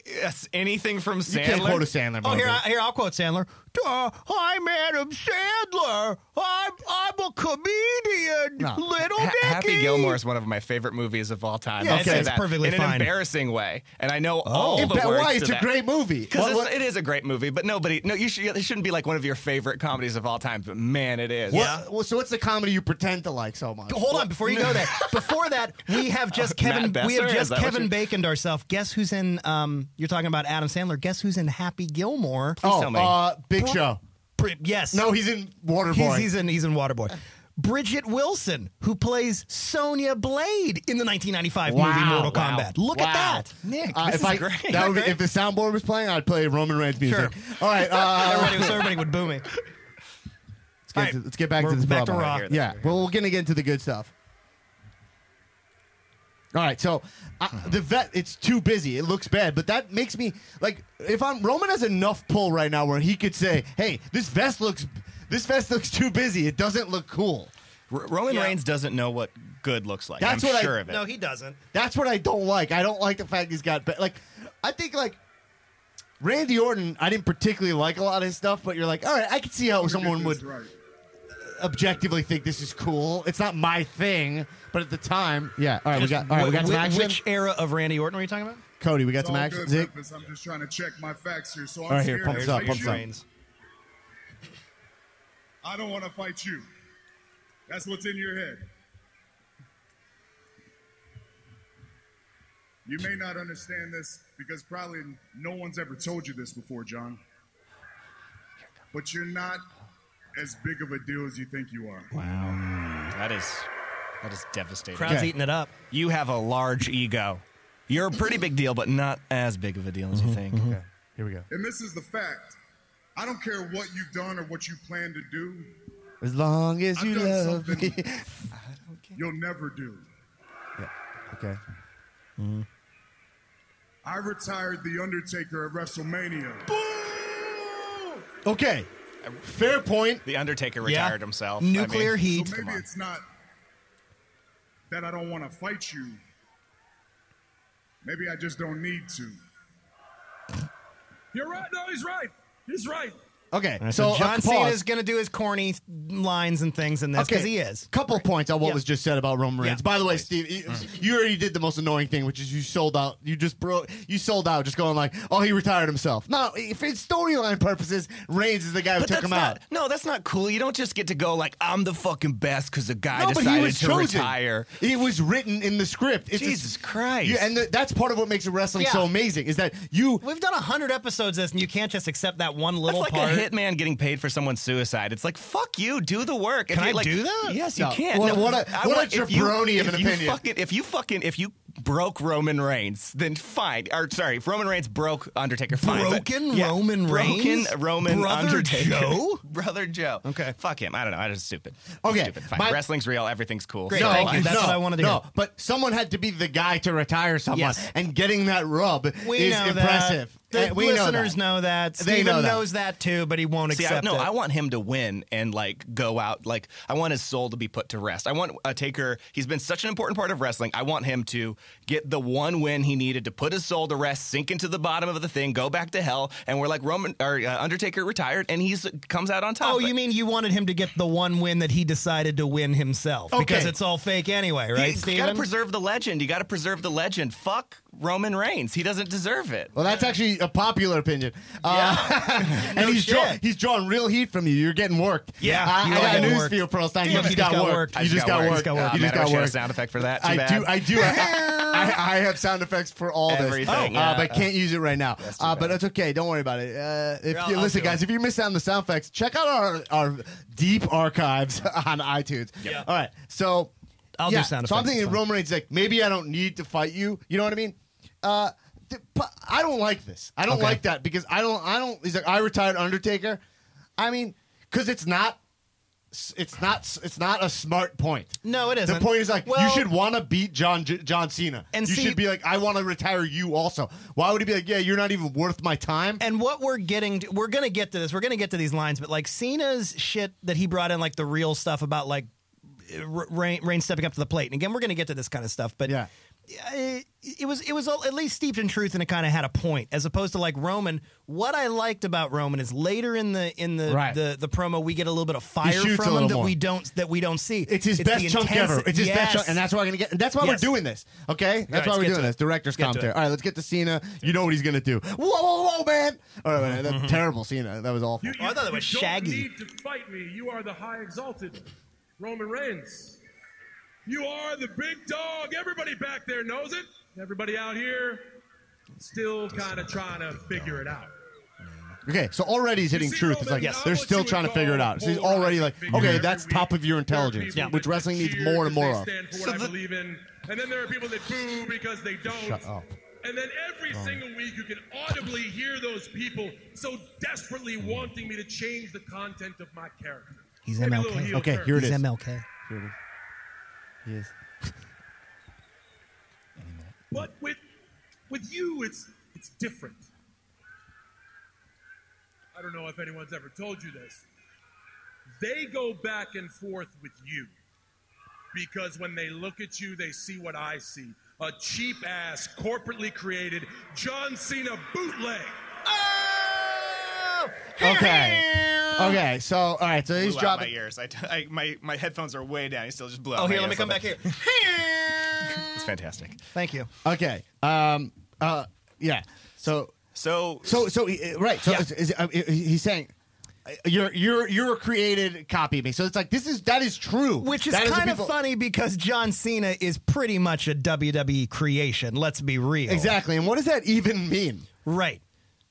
S3: yes, anything from Sandler.
S1: You can't quote a Sandler.
S2: Oh,
S1: movie.
S2: here, I, here I'll quote Sandler. Uh, I'm Adam Sandler. I'm I'm a comedian.
S1: No.
S2: Little
S3: Ha-
S2: Nicky.
S3: Happy Gilmore is one of my favorite movies of all time.
S2: Yeah,
S3: I'll
S2: it's-
S3: say
S2: it's
S3: that
S2: perfectly
S3: in
S2: fine.
S3: an embarrassing way, and I know all
S1: In
S3: the
S1: fact,
S3: words
S1: why
S3: to
S1: it's a
S3: that.
S1: great movie. What-
S3: Because
S1: what-
S3: it is a great movie, but nobody, no, you should, it shouldn't be like one of your favorite comedies of all time. But man, it is.
S1: what- well, so what's the comedy you pretend to like so much?
S2: Hold on, before you go there. Before that, we have just
S3: Matt
S2: Kevin. We
S3: Besser?
S2: have
S3: Is
S2: just
S3: that what
S2: Kevin
S3: you-
S2: Baconed ourselves. Guess who's in? Um, you're talking about Adam Sandler. Guess who's in Happy Gilmore?
S1: Oh,
S3: tell me.
S1: uh, Big Show.
S2: Br- yes.
S1: No, he's in Waterboy.
S2: he's, he's in he's in Waterboy. Bridget Wilson, who plays Sonia Blade in the 1995 movie
S1: Wow.
S2: Mortal
S1: Wow.
S2: Kombat. Look
S1: Wow.
S2: at that, Nick.
S1: Uh, if I, that would be, if the soundboard was playing, I'd play Roman Reigns music. All right, uh,
S2: everybody, so everybody would boo me.
S1: let's, get to, let's get back
S2: We're
S1: to this
S2: back to
S1: problem.
S2: Raw.
S3: I hear that.
S1: Yeah, well, we're gonna get into the good stuff. All right, so uh, the vet, it's too busy. It looks bad, but that makes me like if I'm Roman has enough pull right now where he could say, "Hey, this vest looks, this vest looks too busy. It doesn't look cool."
S3: R- Roman
S2: Yeah.
S3: Reigns doesn't know what good looks like.
S1: That's
S3: I'm
S1: what I-
S3: sure of it.
S2: No, he doesn't.
S1: That's what I don't like. I don't like the fact he's got ba- like I think like Randy Orton, I didn't particularly like a lot of his stuff, but you're like, all right, I can see how someone would objectively think this is cool. It's not my thing, but at the time, yeah. All right, Uh, we got all right, we got some
S2: Wh-
S1: action.
S2: Which era of Randy Orton are you talking about?
S1: Cody, we got
S5: It's
S1: some
S5: all
S1: action.
S5: good,
S1: Zig,
S5: Memphis. I'm just trying to check my facts here. So I'm
S1: All right, here,
S5: scared
S1: pumps
S5: to
S1: up,
S5: fight
S1: pumps
S5: you.
S1: up.
S5: I don't want to fight you. That's what's in your head. You may not understand this because probably no one's ever told you this before, John. But you're not as big of a deal as you think you are.
S3: That is that is devastating.
S2: Crowd's
S1: Okay.
S2: eating it up.
S3: You have a large ego. You're a pretty big deal, but not as big of a deal as you think.
S1: mm-hmm. Here we go.
S5: And this is the fact. I don't care what you've done or what you plan to do,
S1: As long as
S5: I've
S1: you
S5: done
S1: love me.
S5: something- you'll never do.
S1: okay.
S5: I retired The Undertaker at WrestleMania.
S1: Okay. Fair point.
S3: The Undertaker
S2: Yeah.
S3: retired himself. I mean,
S2: Nuclear
S5: So
S2: heat.
S5: maybe
S3: on.
S5: it's not that I don't want to fight you. Maybe I just don't need to.
S4: You're right. No, he's right. He's right.
S1: Okay.
S2: So,
S1: so
S2: John
S1: uh,
S2: Cena
S1: pause.
S2: is going to do his corny lines and things in this because he is.
S1: Couple points on what
S2: Yeah.
S1: was just said about Roman Reigns.
S2: Yeah. Mm-hmm.
S1: By the way, Steve, you, you already did the most annoying thing, which is you sold out. You just broke. You sold out, just going like, "Oh, he retired himself." No, if it's storyline purposes, Reigns is the guy who
S3: But
S1: took
S3: that's
S1: him
S3: not,
S1: out.
S3: no, that's not cool. You don't just get to go like I'm the fucking best because a guy
S1: no, but
S3: decided
S1: he was
S3: to
S1: chosen.
S3: retire.
S1: It was written in the script. It's a-
S3: Jesus Christ.
S1: You- and the, that's part of what makes wrestling
S2: Yeah.
S1: so amazing is that you.
S2: We've done hundred episodes of this, and you can't just accept that one
S3: That's
S2: little
S3: like
S2: part.
S3: a hitman getting paid for someone's suicide. It's like fuck you, do the work. If
S2: Can
S3: you,
S2: I
S3: like,
S2: do that?
S3: Yes, you
S1: No.
S3: can.
S1: What-
S3: No,
S1: what a-
S3: I
S1: what a
S3: want- if you-
S1: jabroni of
S3: if
S1: an
S3: you
S1: opinion.
S3: Fucking, if you fucking if you broke Roman Reigns, then fine. Or sorry, if Roman Reigns broke Undertaker. Fine. but-
S2: Broken Roman Reigns?
S3: Broken Roman
S2: Brother
S3: Undertaker.
S2: Joe?
S3: Brother Joe.
S2: Okay.
S3: Fuck him. I don't know. I just stupid.
S1: Okay,
S3: Stupid. Fine.
S1: my-
S3: Wrestling's real. Everything's cool.
S2: Great.
S3: So
S2: No,
S3: thank
S2: I-
S3: you.
S2: That's
S1: no,
S2: what I wanted to
S1: No,
S2: hear.
S1: but someone had to be the guy to retire someone,
S2: Yes.
S1: and getting that rub is impressive.
S2: That. The
S1: Uh, we
S2: listeners
S1: know.
S2: know that.
S1: They
S2: Steven
S1: know that.
S2: knows that too, but he won't
S3: See, I,
S2: accept
S3: no,
S2: it.
S3: I want him to win and like go out. Like I want his soul to be put to rest. I want a taker. He's been such an important part of wrestling. I want him to get the one win he needed to put his soul to rest, sink into the bottom of the thing, go back to hell, and we're like Roman or uh, Undertaker retired, and he's comes out on top.
S2: Oh, you mean you wanted him to get the one win that he decided to win himself? Because
S1: Okay.
S2: it's all fake anyway, right,
S3: You gotta
S2: Steven?
S3: preserve the legend. You gotta preserve the legend. Fuck Roman Reigns. He doesn't deserve it.
S1: Well, that's actually a popular opinion. Uh, and he's,
S2: shit.
S1: draw- he's drawing real heat from you. You're getting worked.
S2: Yeah,
S1: I,
S2: you
S1: I
S2: are
S1: got
S2: getting
S1: news
S2: worked.
S1: for you, Pearl Stein.
S2: Damn
S1: You
S2: it,
S1: just
S2: you
S1: got
S2: just got
S1: worked.
S2: worked.
S1: You just got worked.
S3: Ah, man,
S1: You just
S3: I
S1: got
S3: wish I had a
S1: worked.
S3: Sound effect for that. Too
S1: I
S3: bad.
S1: do. I do. I, I, I have sound effects for all this,
S3: Everything,
S1: uh,
S3: yeah.
S1: but I can't use it right now.
S3: too
S1: Uh, but
S3: bad.
S1: that's okay. Don't worry about it. Uh, if
S2: I'll-
S1: you
S2: I'll
S1: listen,
S2: do
S1: guys,
S2: it.
S1: if you missed out on the sound effects, check out our our deep archives on iTunes.
S2: Yeah.
S1: All right. So
S2: I'll do
S1: yeah,
S2: sound
S1: So I'm
S2: effects, it's
S1: thinking
S2: fine.
S1: Roman Reigns like maybe I don't need to fight you. You know what I mean? Uh, th- but I don't like this. I don't
S2: Okay.
S1: like that because I don't. I don't. He's like I retired Undertaker. I mean, because it's not. It's not. It's not a smart point.
S2: No, it isn't.
S1: The point is like you
S2: Well-
S1: should want to beat John J- John Cena,
S2: And
S1: you
S2: see-
S1: should be like, I want to retire you also. Why would he be like, yeah, you're not even worth my time?
S2: and what we're getting to, we're gonna get to this we're gonna get to these lines but like cena's shit that he brought in like the real stuff about like rain rain stepping up to the plate and again we're gonna get to this kind of stuff but
S1: Yeah.
S2: it, it was it was all, at least steeped in truth and it kind of had a point as opposed to like roman what i liked about roman is later in the in the
S1: Right.
S2: the, the promo we get a little bit of fire
S1: shoots a
S2: from him
S1: little
S2: that
S1: more.
S2: we don't that we don't see
S1: it's his
S2: the
S1: best chunk
S2: intensi-
S1: ever. It's his
S2: Yes.
S1: best chunk, and that's why we're gonna get. And that's why
S2: Yes.
S1: we're doing this. Okay, that's
S2: Alright,
S1: why
S2: let's
S1: we're
S2: get
S1: doing
S2: to
S1: this.
S2: it.
S1: Director's
S2: Get to
S1: commentary.
S2: it.
S1: All right, let's get to Cena. You know what he's gonna do. Whoa, whoa, whoa, man! All right, man, that's terrible, Cena. That was awful.
S4: You,
S2: Oh, I thought that was
S4: you
S2: Shaggy.
S4: Don't need to fight me. You are the high exalted Roman Reigns. You are the big dog. Everybody back there knows it. Everybody out here still kind of trying to figure it out.
S1: Okay, so already he's hitting
S4: see,
S1: truth. It's
S4: Roman,
S1: like
S4: Yes.
S1: they're
S4: now what
S1: still
S4: you
S1: trying to
S4: would call
S1: figure it out. So he's already like,
S4: polarizing
S1: okay,
S4: figure.
S1: that's
S4: Every
S1: top of your
S4: There are
S1: intelligence,
S4: people
S1: which
S4: that
S1: wrestling needs
S4: cheer
S1: more and
S4: because
S1: more
S4: they
S1: of.
S4: stand for what I believe in, and then there are people that boo because they don't.
S1: Shut up.
S4: And then every single week, you can audibly hear those people so desperately
S1: Mm.
S4: wanting me to change the content of my character.
S2: He's
S4: Maybe a
S2: MLK.
S4: little heel
S1: Okay,
S4: turn.
S1: here it
S2: He's
S1: is.
S2: mlk
S1: Yes.
S4: But with with you, it's it's different. I don't know if anyone's ever told you this. They go back and forth with you because when they look at you, they see what I see. A cheap ass, corporately created John Cena bootleg.
S3: Oh!
S1: Okay. Okay. So all right. So he's
S3: Blew out
S1: dropping.
S3: my ears. I, I- my my headphones are way down. He still just blew out.
S2: oh
S3: my
S2: here let me
S3: ears.
S2: come back here
S3: It's fantastic.
S2: thank you
S1: Okay. Um. Uh. Yeah. So.
S3: So
S1: So. So. he- uh, Right. So
S2: Yeah.
S1: is, is, uh, he- he's saying. uh, You're you're you're a created copy of me, so it's like this is that is true,
S2: Which is
S1: That what
S2: kind of
S1: people-
S2: funny because John Cena is pretty much a WWE creation. Let's be real.
S1: Exactly, and what does that even mean?
S2: Right.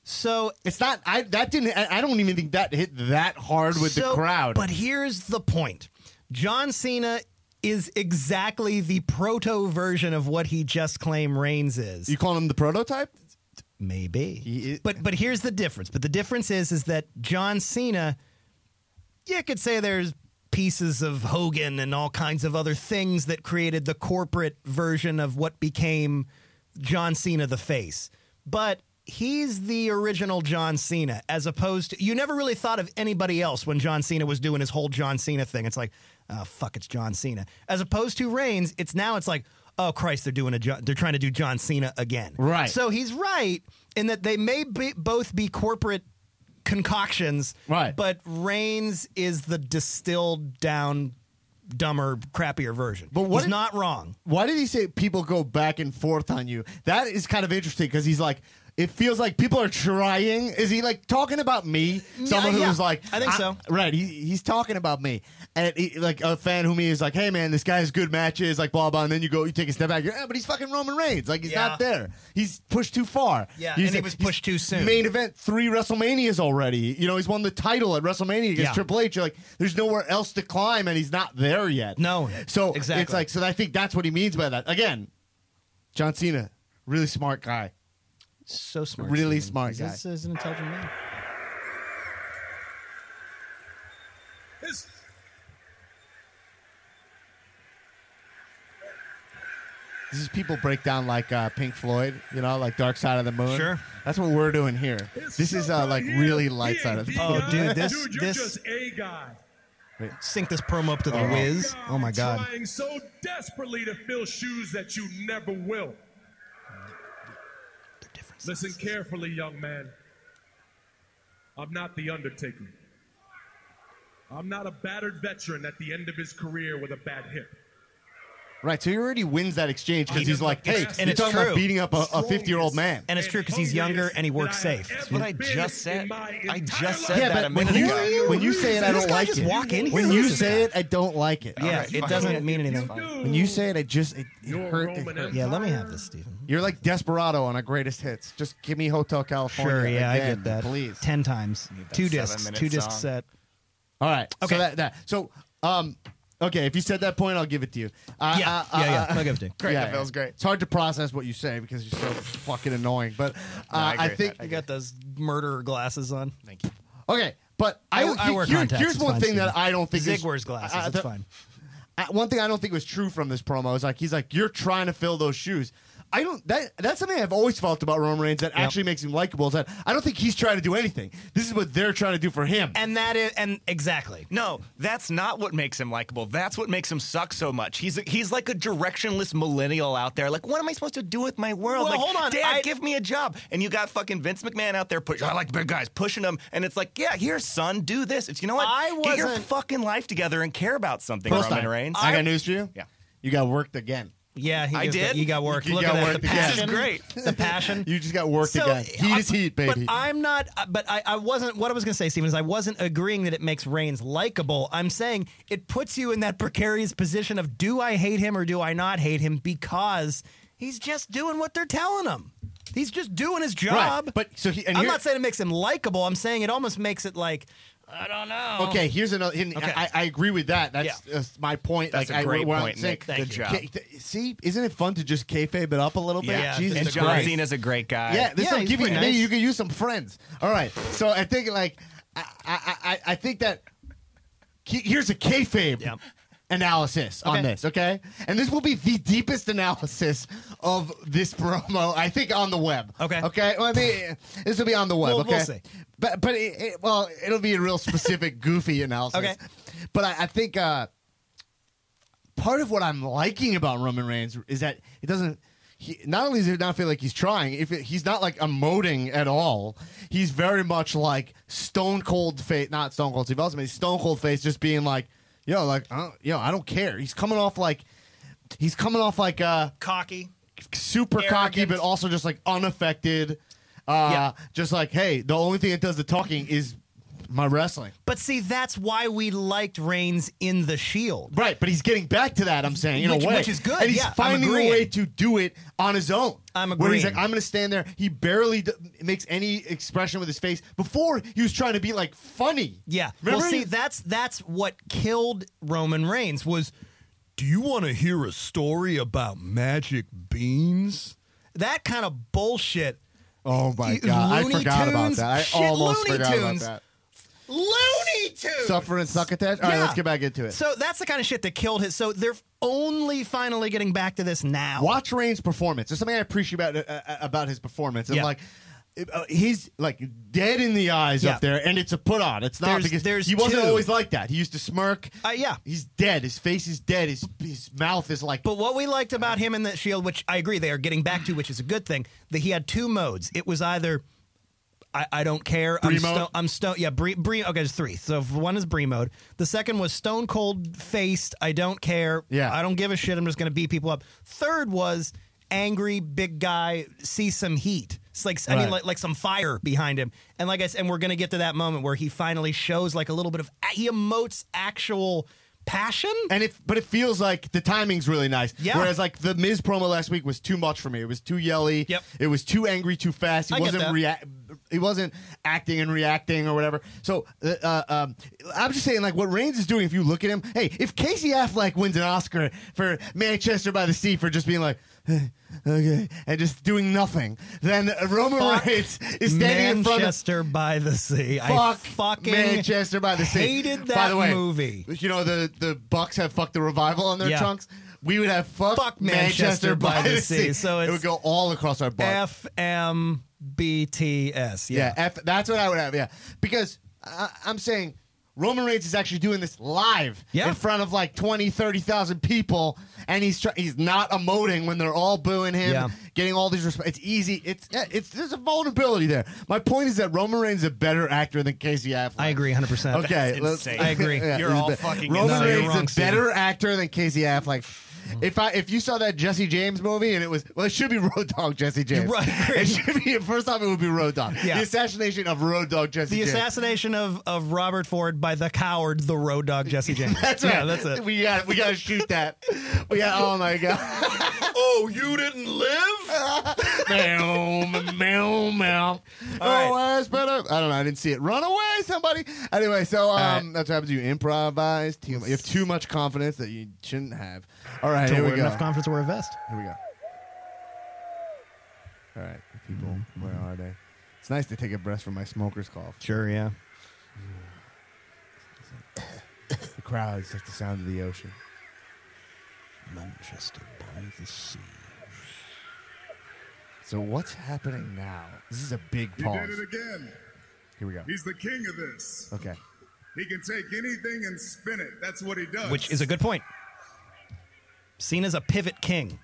S2: So
S1: It's not. I that didn't. I, I don't even think that hit that hard with the
S2: so-
S1: crowd.
S2: But here's the point John Cena is exactly the proto version of what he just claimed Reigns is.
S1: you calling him the prototype?
S2: Maybe.
S1: He i-
S2: but but here's the difference. But the difference is is that John Cena, you could say there's pieces of Hogan and all kinds of other things that created the corporate version of what became John Cena the face. But he's the original John Cena as opposed to you never really thought of anybody else when John Cena was doing his whole John Cena thing. It's like, oh fuck, it's John Cena. As opposed to Reigns, it's now it's like, oh Christ, they're doing a John, they're trying to do John Cena again.
S1: Right.
S2: So he's right in that they may be, both be corporate concoctions,
S1: Right.
S2: But Reigns is the distilled down, dumber, crappier version.
S1: But what
S2: he's
S1: if-
S2: not wrong.
S1: Why did he say people go back and forth on you? That is kind of interesting because he's like, it feels like people are trying. Is he like talking about me? Someone
S2: yeah.
S1: who's like,
S2: I think so.
S1: Right, he, he's talking about me, and he, like a fan who me is like, hey man, this guy has good matches, like blah blah. And then you go, you take a step back, you're, yeah, but he's fucking Roman Reigns, like he's
S2: Yeah.
S1: not there. He's pushed too far.
S2: Yeah,
S1: he's
S2: and he was
S1: he's
S2: pushed too soon.
S1: Main event three WrestleManias already. You know, he's won the title at WrestleMania against
S2: Yeah.
S1: Triple H. You're like, there's nowhere else to climb, and he's not there yet.
S2: No,
S1: so
S2: exactly.
S1: it's like so. I think that's what he means by that. Again, John Cena, really smart guy.
S2: So smart.
S1: Really
S2: Steven.
S1: smart
S2: He's-
S1: guy.
S2: This is an intelligent man.
S4: It's,
S1: This is people break down like uh, Pink Floyd, you know, like Dark Side of the Moon.
S2: Sure.
S1: that's what we're doing here.
S4: it's
S1: This is uh,
S4: somebody
S1: like
S4: here.
S1: really
S4: He
S1: light
S4: ain't
S1: side of the
S4: the
S2: Oh,
S4: guy.
S2: dude, this-
S4: Dude, you're
S2: this-
S4: just a guy.
S2: Sync this promo up to the Wiz.
S4: Guy
S2: Oh my god.
S4: Trying so desperately to fill shoes that you never will. Listen carefully, young man. I'm not the Undertaker. I'm not a battered veteran at the end of his career with a bad hip.
S1: right. So he already wins that exchange because
S4: Beat
S1: he's
S4: him
S1: like,
S4: up
S1: "Hey,
S4: fast.
S1: you're
S2: And it's
S1: talking about
S2: true.
S1: beating up a
S4: Strongest
S1: fifty-year-old man."
S2: And it's true 'cause he's
S4: hungriest
S2: younger and he
S4: oh, that
S2: works
S4: I have
S2: safe. That's
S4: ever
S3: what I
S4: been
S3: just said.
S4: in my
S3: I
S4: entire
S3: just said
S4: life.
S3: that a minute
S1: when you
S3: ago.
S1: when you say it, I
S2: This
S1: don't
S2: guy
S1: like
S2: just
S1: it.
S2: walk in here?
S1: when you
S2: Look at
S1: say it, I don't like it.
S2: Yeah,
S3: Alright,
S2: it
S3: fine.
S2: doesn't mean
S4: If you
S2: anything.
S4: do,
S1: When you say it, I just it, it
S4: You're
S1: hurt. It
S4: Roman
S1: hurt.
S2: Yeah, let me have this, Steven.
S1: You're like Desperado on our greatest hits. Just give me Hotel California.
S2: Sure, yeah, I
S1: again,
S2: get that.
S1: Please.
S2: Ten times.
S3: that
S2: Two
S3: seven
S2: discs.
S3: minute
S2: Two disc
S3: song.
S2: set.
S1: All right. Okay.
S2: Okay.
S1: So that, that so um okay, if you said that point, I'll give it to you. Uh,
S2: Yeah,
S1: uh, uh,
S2: yeah,
S1: uh,
S2: yeah. I'll give it to you.
S3: Great, that feels great.
S1: It's hard to process what you say because you're so fucking annoying. But uh,
S3: I agree
S1: I,
S3: with
S1: think
S3: that. I
S2: You got those murderer glasses on.
S3: Thank you.
S1: okay. But I,
S2: I- I wear
S1: here-
S2: contacts,
S1: here's
S2: it's
S1: one
S2: fine,
S1: thing that
S2: Steven.
S1: I don't think
S2: Zig
S1: is-
S2: wears glasses.
S1: I- I-
S2: it's fine.
S1: I- one thing I don't think was true from this promo is like he's like you're trying to fill those shoes. I don't that that's something I've always felt about Roman Reigns that actually makes him likable is that I don't think he's trying to do anything. This is what they're trying to do for him.
S2: And that is, and exactly.
S3: No, that's not what makes him likable. That's what makes him suck so much. He's he's like a directionless millennial out there. Like, what am I supposed to do with my world?
S2: Well,
S3: like,
S2: hold on,
S3: Dad,
S2: I-
S3: give me a job. And you got fucking Vince McMahon out there pushing. I like big guys pushing him, and it's like, yeah, here, son, do this. It's you know what?
S2: I
S3: Get your
S2: wasn't-
S3: fucking life together and care about something,
S1: First
S3: Roman
S1: time,
S3: Reigns.
S1: I got news for you.
S3: Yeah.
S1: you got worked again.
S2: Yeah, he
S3: I
S2: just-
S3: did?
S2: You got work.
S1: You
S2: Look
S1: got
S2: at that.
S1: worked
S2: The
S1: again.
S2: passion.
S3: This is great.
S2: The passion.
S1: You just got worked again. Heat
S2: I-
S1: is heat, baby.
S2: But I'm not. uh, But I, I wasn't. What I was going to say, Steven, is I wasn't agreeing that it makes Reigns likable. I'm saying it puts you in that precarious position of do I hate him or do I not hate him because he's just doing what they're telling him. He's just doing his job.
S1: Right, but- so he- and
S2: I'm
S1: here-
S2: not saying it makes him likable. I'm saying it almost makes it like I don't know.
S1: Okay, here's another. and
S2: Okay.
S1: I, I agree with that. That's
S2: Yeah.
S1: uh, my point.
S3: That's
S1: like,
S3: a great
S1: I, what I'm
S3: point,
S1: saying-
S3: Nick. Thank
S2: Good
S3: you. job.
S1: K- th- See, isn't it fun to just kayfabe it up a little bit?
S2: Yeah,
S1: Jesus
S3: and
S2: it's
S3: John
S1: Christ.
S3: Cena's a great guy.
S1: Yeah, this
S2: Yeah,
S1: will
S2: he's
S1: give you.
S2: pretty
S1: Maybe
S2: nice.
S1: you can use some friends. All right. So I think like I I I, I think that he- here's a kayfabe
S2: Yep.
S1: analysis on
S2: Okay.
S1: this. Okay, and this will be the deepest analysis of this promo I think on the web.
S2: Okay.
S1: Okay. Well, I mean, this will be on the web.
S2: We'll-
S1: okay.
S2: we'll see.
S1: But but it, it, well, it'll be a real specific goofy analysis.
S2: Okay.
S1: But I, I think. uh part of what I'm liking about Roman Reigns is that it doesn't. He, not only does it not feel like he's trying, if it, he's not like emoting at all, he's very much like stone cold face, not stone cold Steve Austin, but he's stone cold face, just being like, yo, like, I don't, yo, I don't care. He's coming off like, he's coming off like uh,
S2: cocky.
S1: super cocky,
S2: Arrogant.
S1: but also just like unaffected. Uh,
S2: Yeah.
S1: Just like, hey, the only thing that does the talking is my wrestling.
S2: But see, that's why we liked Reigns in the Shield.
S1: Right, but he's getting back to that. I'm saying in
S2: Which-
S1: a way,
S2: which is good,
S1: and he's
S2: yeah, I'm
S1: finding a
S2: agreeing.
S1: way to do it on his own.
S2: I'm
S1: Where he's like,
S2: agreeing.
S1: I'm going to stand there. He barely d- makes any expression with his face. Before he was trying to be like funny.
S2: Yeah.
S1: remember?
S2: Well, see, that's that's what killed Roman Reigns was. Do you want to hear a story about magic beans? That kind of bullshit.
S1: oh my
S2: You-
S1: god,
S2: Looney
S1: I forgot about
S2: Tunes?
S1: that. I
S2: Shit,
S1: almost
S2: Looney
S1: forgot
S2: Tunes.
S1: about
S2: Looney Tunes.
S1: that. Suffer and succotash. All right,
S2: Yeah.
S1: let's get back into it.
S2: So that's the kind of shit that killed his. So they're only finally getting back to this now.
S1: Watch Reigns' performance. There's something I appreciate about uh, uh, about his performance. And
S2: Yeah.
S1: like. uh, He's like dead in the eyes
S2: Yeah.
S1: up there, and it's a put on. It's not
S2: There's-
S1: because
S2: there's
S1: he wasn't
S2: two.
S1: always like that. He used to smirk.
S2: Uh, yeah.
S1: he's dead. His face is dead. His his mouth is like.
S2: But what we liked about him in the Shield, which I agree they are getting back to, which is a good thing, that he had two modes. It was either I, I don't care, I'm
S1: Bree
S2: stone,
S1: mode?
S2: I'm stone, yeah, Bree, Bree. Okay, there's three. So one is Bree mode. The second was Stone Cold faced. I don't care.
S1: Yeah.
S2: I don't give a shit. I'm just gonna beat people up. Third was angry big guy. See some heat. It's like I mean,
S1: Right.
S2: like, like some fire behind him. And like I said, and we're gonna get to that moment where he finally shows like a little bit of he emotes actual passion.
S1: and if but it feels like the timing's really nice.
S2: Yeah.
S1: Whereas like the Miz promo last week was too much for me. It was too yelly.
S2: Yep.
S1: It was too angry too fast. He
S2: I get
S1: wasn't
S2: that.
S1: react. He wasn't acting and reacting or whatever. So uh, uh, um, I'm just saying like what Reigns is doing. If you look at him, hey, if Casey Affleck wins an Oscar for Manchester by the Sea for just being like, okay, and just doing nothing. Then Roman
S2: Fuck
S1: Reigns is standing in front of
S2: Manchester by the Sea. I
S1: fuck
S2: fucking
S1: Manchester by the Sea.
S2: hated that
S1: by the way,
S2: movie.
S1: You know the the Bucks have fuck the revival on their
S2: Yeah.
S1: trunks. We would have fuck,
S2: Fuck Manchester by the Sea. So
S1: it
S2: it's
S1: would go all across our butt.
S2: FMBTS.
S1: yeah,
S2: Yeah.
S1: F, that's what I would have. Yeah, because I, I'm saying Roman Reigns is actually doing this live
S2: Yeah.
S1: in front of like 20, 30,000 people, and he's try- he's not emoting when they're all booing him,
S2: Yeah.
S1: getting all these resp- It's easy. It's yeah, it's there's a vulnerability there. My point is that Roman Reigns is a better actor than Casey Affleck.
S2: I agree 100%.
S1: Okay, let's-
S3: insane.
S2: I agree.
S3: You're
S1: he's
S3: all
S1: a bit-
S3: fucking
S1: Roman
S2: insane. No, you're
S1: Reigns is a
S2: wrong, Steven.
S1: better actor than Casey Affleck. If I if you saw that Jesse James movie and it was well, it should be Road Dog Jesse James.
S2: Right.
S1: It should be first off, it would be Road Dog.
S2: Yeah.
S1: The assassination of Road Dog Jesse
S2: The
S1: James.
S2: assassination of, of Robert Ford by the coward, the road dog Jesse James.
S1: That's right.
S2: Yeah, that's it.
S1: We got we got to shoot that. We got. Oh my god.
S2: oh, you didn't live?
S1: meow, meow, meow.
S2: right.
S1: Oh, that's better. I don't know. I didn't see it. Run away, somebody. Anyway, so um,
S2: right.
S1: that's what happens. You improvise. Too, you have too much confidence that you shouldn't have. All right,
S2: Don't
S1: here
S2: wear
S1: we go.
S2: enough confidence to wear a vest.
S1: Here we go. All right, people,
S2: Mm-hmm.
S1: where are they? It's nice to take a breath from my smoker's cough.
S2: Sure, yeah.
S1: The crowd is like the sound of the ocean.
S2: Manchester by the sea.
S1: So what's happening now? This is a big
S5: He
S1: pause.
S5: did it again.
S1: Here we go.
S5: He's the king of this.
S1: Okay.
S5: He can take anything and spin it. That's what he does.
S2: Which is a good point. Seen as a pivot king.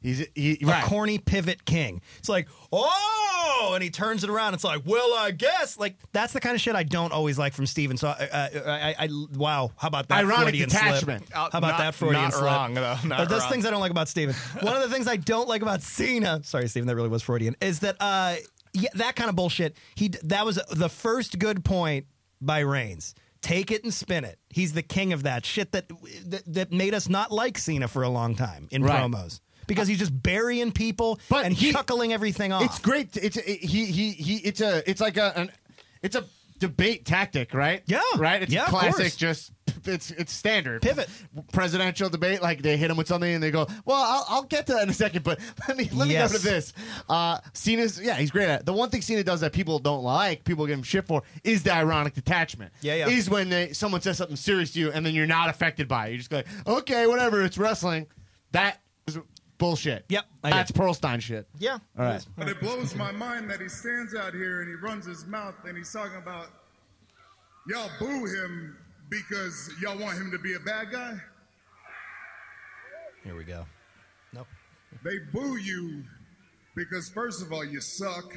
S1: He's he,
S2: a
S1: right.
S2: corny pivot king. It's like, oh, and he turns it around. It's like, well, I guess. Like that's the kind of shit I don't always like from Steven. So, uh, uh, I, I, I, wow, how about that
S1: Ironic
S2: Freudian slip?
S1: detachment.
S3: Uh,
S2: How about
S3: not-
S2: that Freudian
S3: not
S2: slip?
S3: wrong, though. Not
S2: But there's
S3: wrong.
S2: things I don't like about Steven. One of the things I don't like about Cena. Sorry, Steven, that really was Freudian. Is that uh, yeah, that kind of bullshit. He d- that was the first good point by Reigns. Take it and spin it. He's the king of that shit that that, that made us not like Cena for a long time in
S1: Right.
S2: promos because he's just burying people
S1: But
S2: and
S1: he-
S2: chuckling everything off.
S1: It's great. It's it, he he he. It's a it's like a an, it's a debate tactic, right?
S2: Yeah.
S1: right. It's
S2: Yeah, of course.
S1: classic. Just it's it's standard
S2: Pivot.
S1: presidential debate. Like they hit him with something and they go, "Well, I'll, I'll get to that in a second, but let me let
S2: Yes.
S1: me go to this." Uh, Cena's yeah, he's great at it. the one thing Cena does that people don't like, people give him shit for, is the ironic detachment.
S2: Yeah, yeah.
S1: Is when they, someone says something serious to you and then you're not affected by it. You just go, like, "Okay, whatever. It's wrestling." That is bullshit.
S2: Yep, I
S1: that's Pearlstein shit.
S2: Yeah.
S1: All right.
S5: But it blows my mind that he stands out here and he runs his mouth and he's talking about y'all boo him because y'all want him to be a bad guy.
S2: Here we go. Nope.
S5: They boo you because first of all you suck.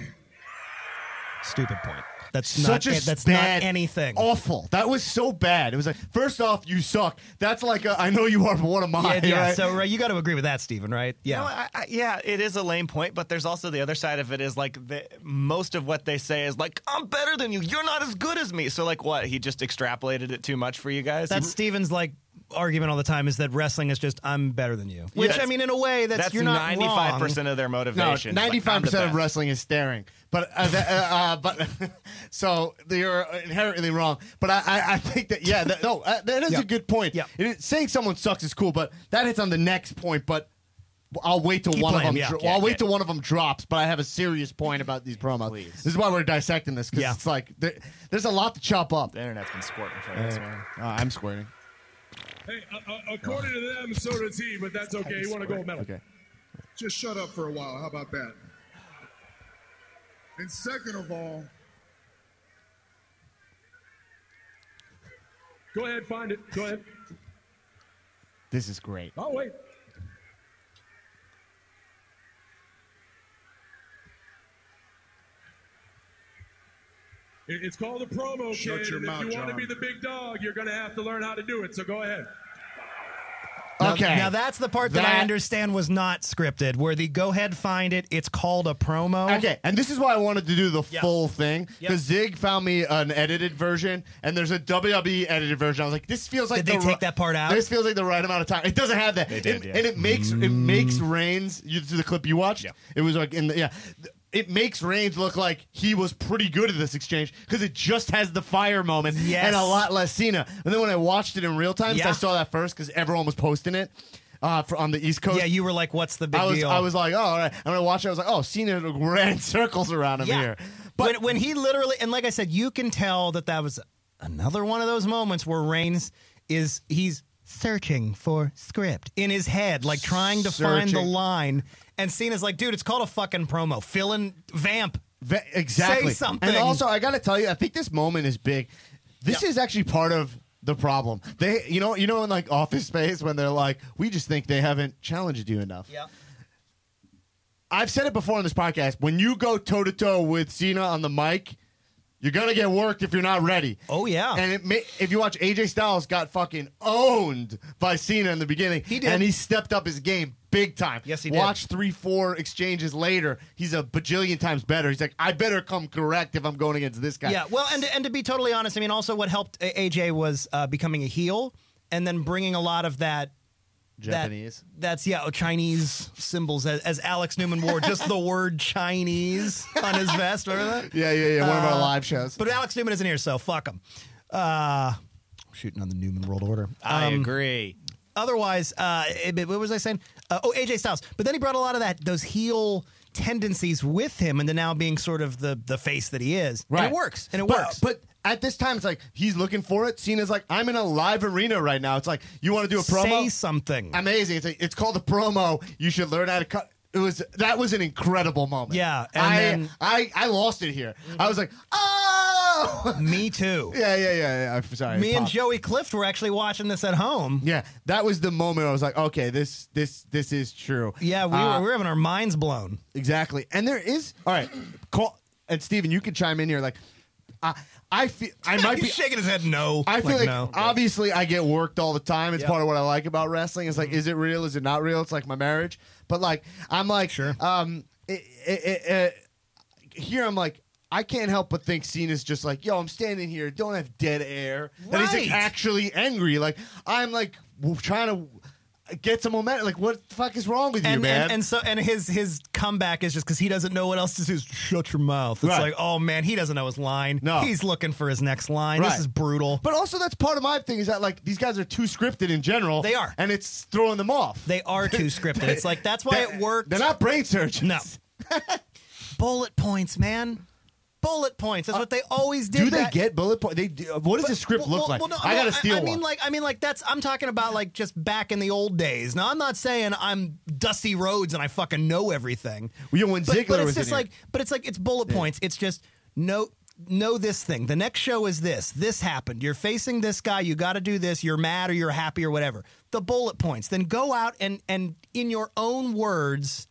S2: Stupid point. That's
S1: such
S2: not
S1: a
S2: it. that's
S1: bad, Oh,
S2: not anything.
S1: Awful. That was so bad. It was like, first off, you suck. That's like, a, I know you are, but what am I?
S2: yeah, yeah.
S1: right?
S2: So right, you got to agree with that, Steven, right? Yeah.
S3: No, I, I, yeah, it is a lame point, but there's also the other side of it is like the, most of what they say is like, I'm better than you. You're not as good as me. So, like, what? He just extrapolated it too much for you guys?
S2: that's Steven's like argument all the time is that wrestling is just I'm better than you. Which I
S3: that's-
S2: mean in a way that's,
S3: That's
S2: you're not
S3: ninety-five
S2: wrong.
S3: percent of their
S1: no,
S3: motivation. It's like,
S1: ninety-five
S3: I'm the
S1: percent of
S3: best.
S1: wrestling is staring, but uh, that, uh, uh, but so you're inherently wrong. But I, I, I think that yeah, that, no, uh, that is
S2: Yeah.
S1: a good point.
S2: Yeah.
S1: It is- saying someone sucks is cool, but that hits on the next point. But I'll wait till
S2: Keep
S1: one
S2: playing,
S1: of them.
S2: yeah.
S1: dro-
S2: Yeah,
S1: I'll wait
S2: yeah.
S1: till one of them drops. But I have a serious point about these promos.
S3: Please.
S1: This is why we're dissecting this because
S2: Yeah.
S1: it's like there, there's a lot to chop up.
S3: The internet's been squirting for us, man.
S1: Uh, I'm squirting.
S4: Hey, uh, uh, according to them, so does he, but that's okay. He won a gold medal.
S1: Okay.
S5: Just shut up for a while. How about that? And second of all,
S4: Go ahead, find it. Go ahead.
S1: This is great.
S4: I'll wait. It- It's called a promo,
S5: Shut
S4: kid.
S5: your
S4: and if
S5: mouth,
S4: you want to
S5: John.
S4: be the big dog, you're going to have to learn how to do it. So go ahead.
S2: Now-
S1: Okay.
S2: Now that's the part that, I
S1: That-
S2: understand was not scripted. Where the go ahead find it, it's called a promo.
S1: Okay, and this is why I wanted to do the
S2: Yeah.
S1: full thing
S2: Yep.
S1: because Zig found me an edited version, and there's a WWE edited version. I was like, this feels like
S2: Did they
S1: the
S2: take
S1: ri-
S2: that part out?
S1: This feels like the right amount of time. It doesn't have that,
S3: They did,
S1: It-
S3: yeah.
S1: and it makes it makes Reigns. You see the clip you watched?
S3: Yeah.
S1: It was like in the yeah. It makes Reigns look like he was pretty good at this exchange because it just has the fire moment
S2: Yes.
S1: and a lot less Cena. And then when I watched it in real time, 'cause
S2: Yeah.
S1: I saw that first because everyone was posting it. uh, for, on the East Coast.
S2: Yeah, you were like, "What's the big
S1: I was,
S2: deal?"
S1: I was like, oh, all right. And I watched it. I was like, oh, Cena ran circles around him here. But
S2: when, when he literally, and like I said, you can tell that that was another one of those moments where Reigns is he's searching for script in his head, like trying to find the
S1: Searching.
S2: line. And Cena's like, "Dude, it's called a fucking promo. Fill in vamp."
S1: Ve- exactly.
S2: Say something.
S1: And also, I gotta tell you, I think this moment is big. This is actually part of the problem. They, you know, you know, in like Office Space, when they're like, we just think they haven't challenged you enough. I've said it before on this podcast. When you go toe to toe with Cena on the mic, you're gonna get worked if you're not ready.
S2: Oh, yeah.
S1: And it may, if you watch AJ Styles got fucking owned by Cena in the beginning.
S2: He did.
S1: and he stepped up his game big time.
S2: Yes, he did.
S1: watch three, four exchanges later. He's a bajillion times better. He's like, I better come correct if I'm going against this guy.
S2: Yeah, well, and and to be totally honest, I mean, also what helped A- AJ was uh, becoming a heel and then bringing a lot of that. that-
S1: Japanese.
S2: that's yeah, oh, Chinese symbols as, as Alex Newman wore just the word Chinese on his vest. Remember that?
S1: yeah, yeah, yeah. One of our live shows.
S2: Uh, But Alex Newman isn't here, so fuck him. Uh, shooting on the Newman world order.
S3: I
S2: Um,
S3: agree.
S2: Otherwise, uh, eh, but what was I saying? Uh, oh, AJ Styles. But then he brought a lot of that those heel tendencies with him, into now being sort of the the face that he is. And it works, and it
S1: but,
S2: works.
S1: But at this time, it's like he's looking for it. Cena's like, I'm in a live arena right now. It's like, you want to do a promo?
S2: say something.
S1: Amazing. It's, like, it's called a promo. You should learn how to cut. It was that was an incredible moment.
S2: Yeah, and
S1: I
S2: then-
S1: I I lost it here. I was like, oh,
S2: Me too.
S1: yeah, yeah, yeah. yeah. I'm sorry.
S2: Me and
S1: Pop.
S2: Joey Clift were actually watching this at home.
S1: Yeah, that was the moment I was like, okay, this this this is true.
S2: Yeah, we,
S1: Uh,
S2: were, we were having our minds blown.
S1: Exactly. And there is all right. Call and Steven, you can chime in here. Like, I I feel I might be
S2: shaking his head no.
S1: I feel like,
S2: no.
S1: obviously I get worked all the time. It's
S3: Yeah.
S1: part of what I like about wrestling. It's like,
S2: Mm-hmm.
S1: is it real? Is it not real? It's like my marriage. But like, I'm like,
S2: Sure.
S1: Um, it, it, it, it- here I'm like. I can't help but think Cena's just like, yo, I'm standing here, don't have dead air. And he's like
S2: Right.
S1: actually angry. Like, I'm like w- trying to get some momentum. Like, what the fuck is wrong with you,
S2: and,
S1: man?
S2: and and so and his his comeback is just because he doesn't know what else to do. is Shut your mouth. It's
S1: Right.
S2: like oh man, he doesn't know his line.
S1: No.
S2: he's looking for his next line.
S1: Right.
S2: This is brutal.
S1: But also, that's part of my thing is that like these guys are too scripted in general.
S2: They are.
S1: and it's throwing them off.
S2: they are too scripted. It's like that's why it worked.
S1: They're not brain surgeons.
S2: no bullet points, man. Bullet points. That's what Uh, they always did.
S1: Do they
S2: That-
S1: get bullet point? They do, what does the script
S2: Well,
S1: look
S2: well,
S1: like?
S2: well, no,
S1: I
S2: no,
S1: gotta steal
S2: I, I mean,
S1: one.
S2: like, I mean, like that's. I'm talking about like just back in the old days. Now, I'm not saying I'm Dusty Rhodes and I fucking know everything.
S1: Well, yeah, when
S2: but,
S1: Ziggler
S2: but it's
S1: was in
S2: just
S1: here.
S2: like, but it's like it's bullet points. It's just no. Know this thing. The next show is this. This happened. You're facing this guy. You got to do this. You're mad or you're happy or whatever. The bullet points. Then go out and and in your own words,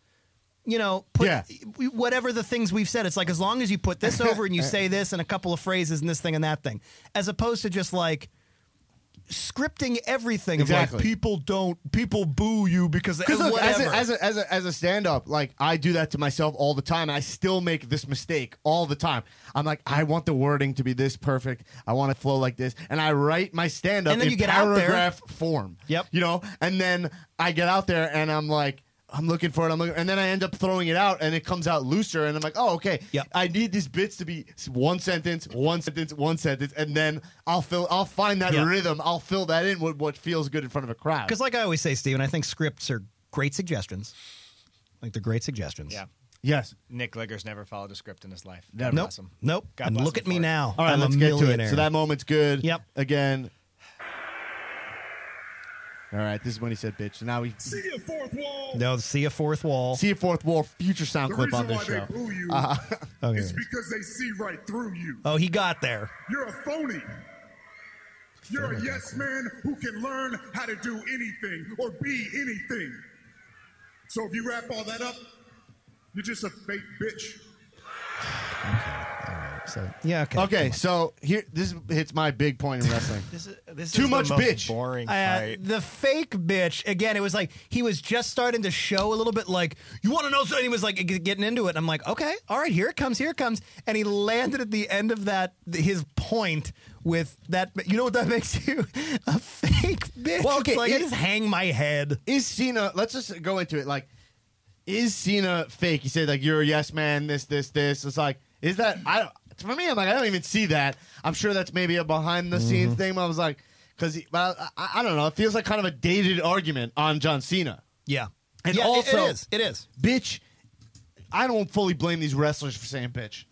S2: you know, put
S1: Yeah.
S2: whatever the things we've said. It's like as long as you put this over and you say this and a couple of phrases and this thing and that thing, as opposed to just like scripting everything. of, like,
S1: Exactly.
S2: people don't people boo you because
S1: because look, as
S2: whatever.
S1: a, as a as a as a stand up, like I do that to myself all the time. I still make this mistake all the time. I'm like, I want the wording to be this perfect. I want it to flow like this, and I write my stand up
S2: And then
S1: in
S2: you get out there.
S1: paragraph form.
S2: Yep.
S1: you know, and then I get out there and I'm like. I'm looking for it. I'm looking, and then I end up throwing it out, and it comes out looser. And I'm like, "Oh, okay.
S2: Yep.
S1: I need these bits to be s- one sentence, one sentence, one sentence, and then I'll fill. I'll find that
S2: Yep.
S1: rhythm. I'll fill that in with what feels good in front of a crowd.
S2: Because, like I always say, Steven, I think scripts are great suggestions. Like they're great suggestions.
S3: Yeah.
S1: yes,
S3: Nick Ligger's never followed a script in his life.
S1: Never.
S2: Nope.
S3: Awesome.
S2: Nope.
S3: God
S2: and
S3: bless
S2: look
S3: him
S2: at me
S3: for it.
S2: now.
S1: All right,
S2: I'm
S1: let's
S2: a
S1: get to
S2: millionaire.
S1: it. So that moment's good.
S2: Yep.
S1: Again. All right, this is when he said bitch. So now we
S4: See a fourth wall.
S2: no, see a fourth wall.
S1: see a fourth wall future sound
S5: The
S1: clip
S5: reason
S1: on this
S5: why
S1: show. Uh-huh.
S5: they boo you
S2: Okay.
S5: is because they see right through you.
S1: Uh,
S2: oh, he got there.
S5: You're a phony. You're a yes man who can learn how to do anything or be anything. So if you wrap all that up, you're just a fake bitch.
S2: So yeah. Okay.
S1: Okay, so here this hits my big point in wrestling.
S3: This is, this
S1: Too
S3: is
S1: much
S3: the most
S1: bitch.
S3: Boring
S2: Uh,
S3: fight.
S2: the fake bitch again. It was like he was just starting to show a little bit. Like you want to know something? He was like g- getting into it. And I'm like, okay, all right, here it comes, here it comes. And he landed at the end of that his point with that. You know what that makes you a fake bitch?
S1: Well, okay,
S2: it's like I
S1: it-
S2: just hang my head.
S1: is Cena? Let's just go into it. Like, is Cena fake? He said like you're a yes man. This, this, this. It's like is Mm-hmm. that I? don't For me, I'm like I don't even see that. I'm sure that's maybe a behind the scenes thing. But I was like, because I, I, I don't know. It feels like kind of a dated argument on John Cena.
S2: Yeah.
S1: And
S2: yeah, it-
S1: also-
S2: it is. It is.
S1: Bitch, I don't fully blame these wrestlers for saying bitch.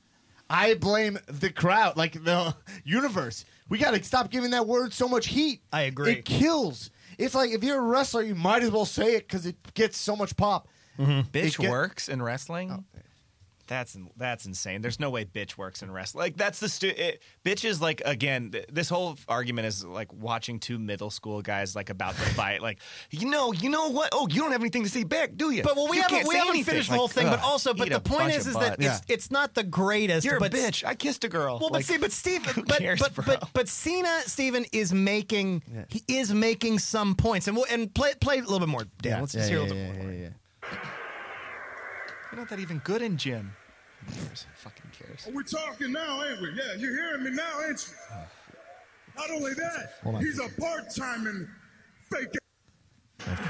S1: I blame the crowd, like the universe. We got to stop giving that word so much heat.
S2: I agree.
S1: It kills. It's like if you're a wrestler, you might as well say it because it gets so much pop.
S2: Mm-hmm.
S3: Bitch
S1: get-
S3: works in wrestling. That's that's insane. There's no way bitch works in wrestling. Like that's the stu- it, bitch is like again. Th- this whole argument is like watching two middle school guys like about to fight. Like you know, you know what? Oh, you don't have anything to say back, do you?
S2: But well, we
S3: You
S2: haven't
S3: can't
S2: we
S3: say
S2: haven't
S3: anything.
S2: finished the
S3: Like,
S2: whole thing. But
S3: ugh,
S2: also, but
S3: eat
S2: the
S3: a
S2: point
S3: bunch
S2: is,
S3: of
S2: is that
S3: butts.
S2: it's it's not the greatest.
S3: you're a
S2: but
S3: bitch. I kissed a girl.
S2: Well,
S3: Like,
S2: but see, but Steve,
S3: who
S2: but,
S3: cares,
S2: but,
S3: bro?
S2: but but Cena, Steven is making he is making some points, and we'll, and play play a little bit more, Dan. Let's just hear a little bit more.
S3: you're not that even good in gym. Who cares? Who fucking cares.
S5: We're talking now, ain't we? Yeah, you're hearing me now, ain't you? Not only that, he's a part-timing fake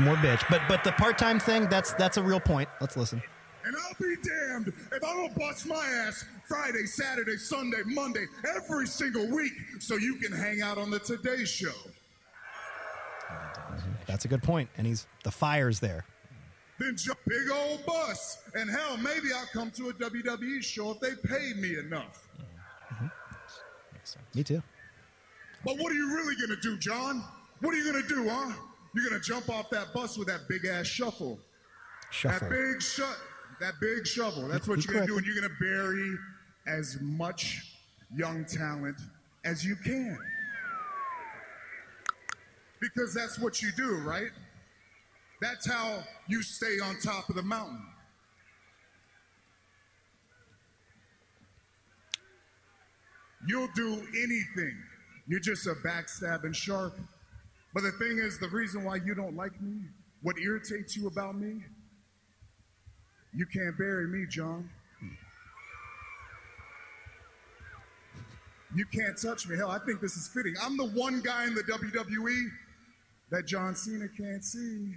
S2: More bitch, but but the part time thing that's that's a real point. Let's listen.
S5: And I'll be damned if I don't bust my ass Friday, Saturday, Sunday, Monday, every single week so you can hang out on the Today Show.
S2: That's a good point, and he's the fire's there.
S5: Then jump big old bus. And hell, maybe I'll come to a WWE show if they pay me enough.
S2: Me too.
S5: But what are you really going to do, John? What are you going to do, huh? You're going to jump off that bus with that big ass shuffle.
S2: Shuffle.
S5: That big shut. That big shovel. That's what
S2: You
S5: you're going to do,
S2: correct.
S5: and you're going to bury as much young talent as you can. Because that's what you do, right? That's how you stay on top of the mountain. You'll do anything. You're just a backstabbing shark. But the thing is, the reason why you don't like me, what irritates you about me, you can't bury me, John. You can't touch me. Hell, I think this is fitting. I'm the one guy in the WWE that John Cena can't see.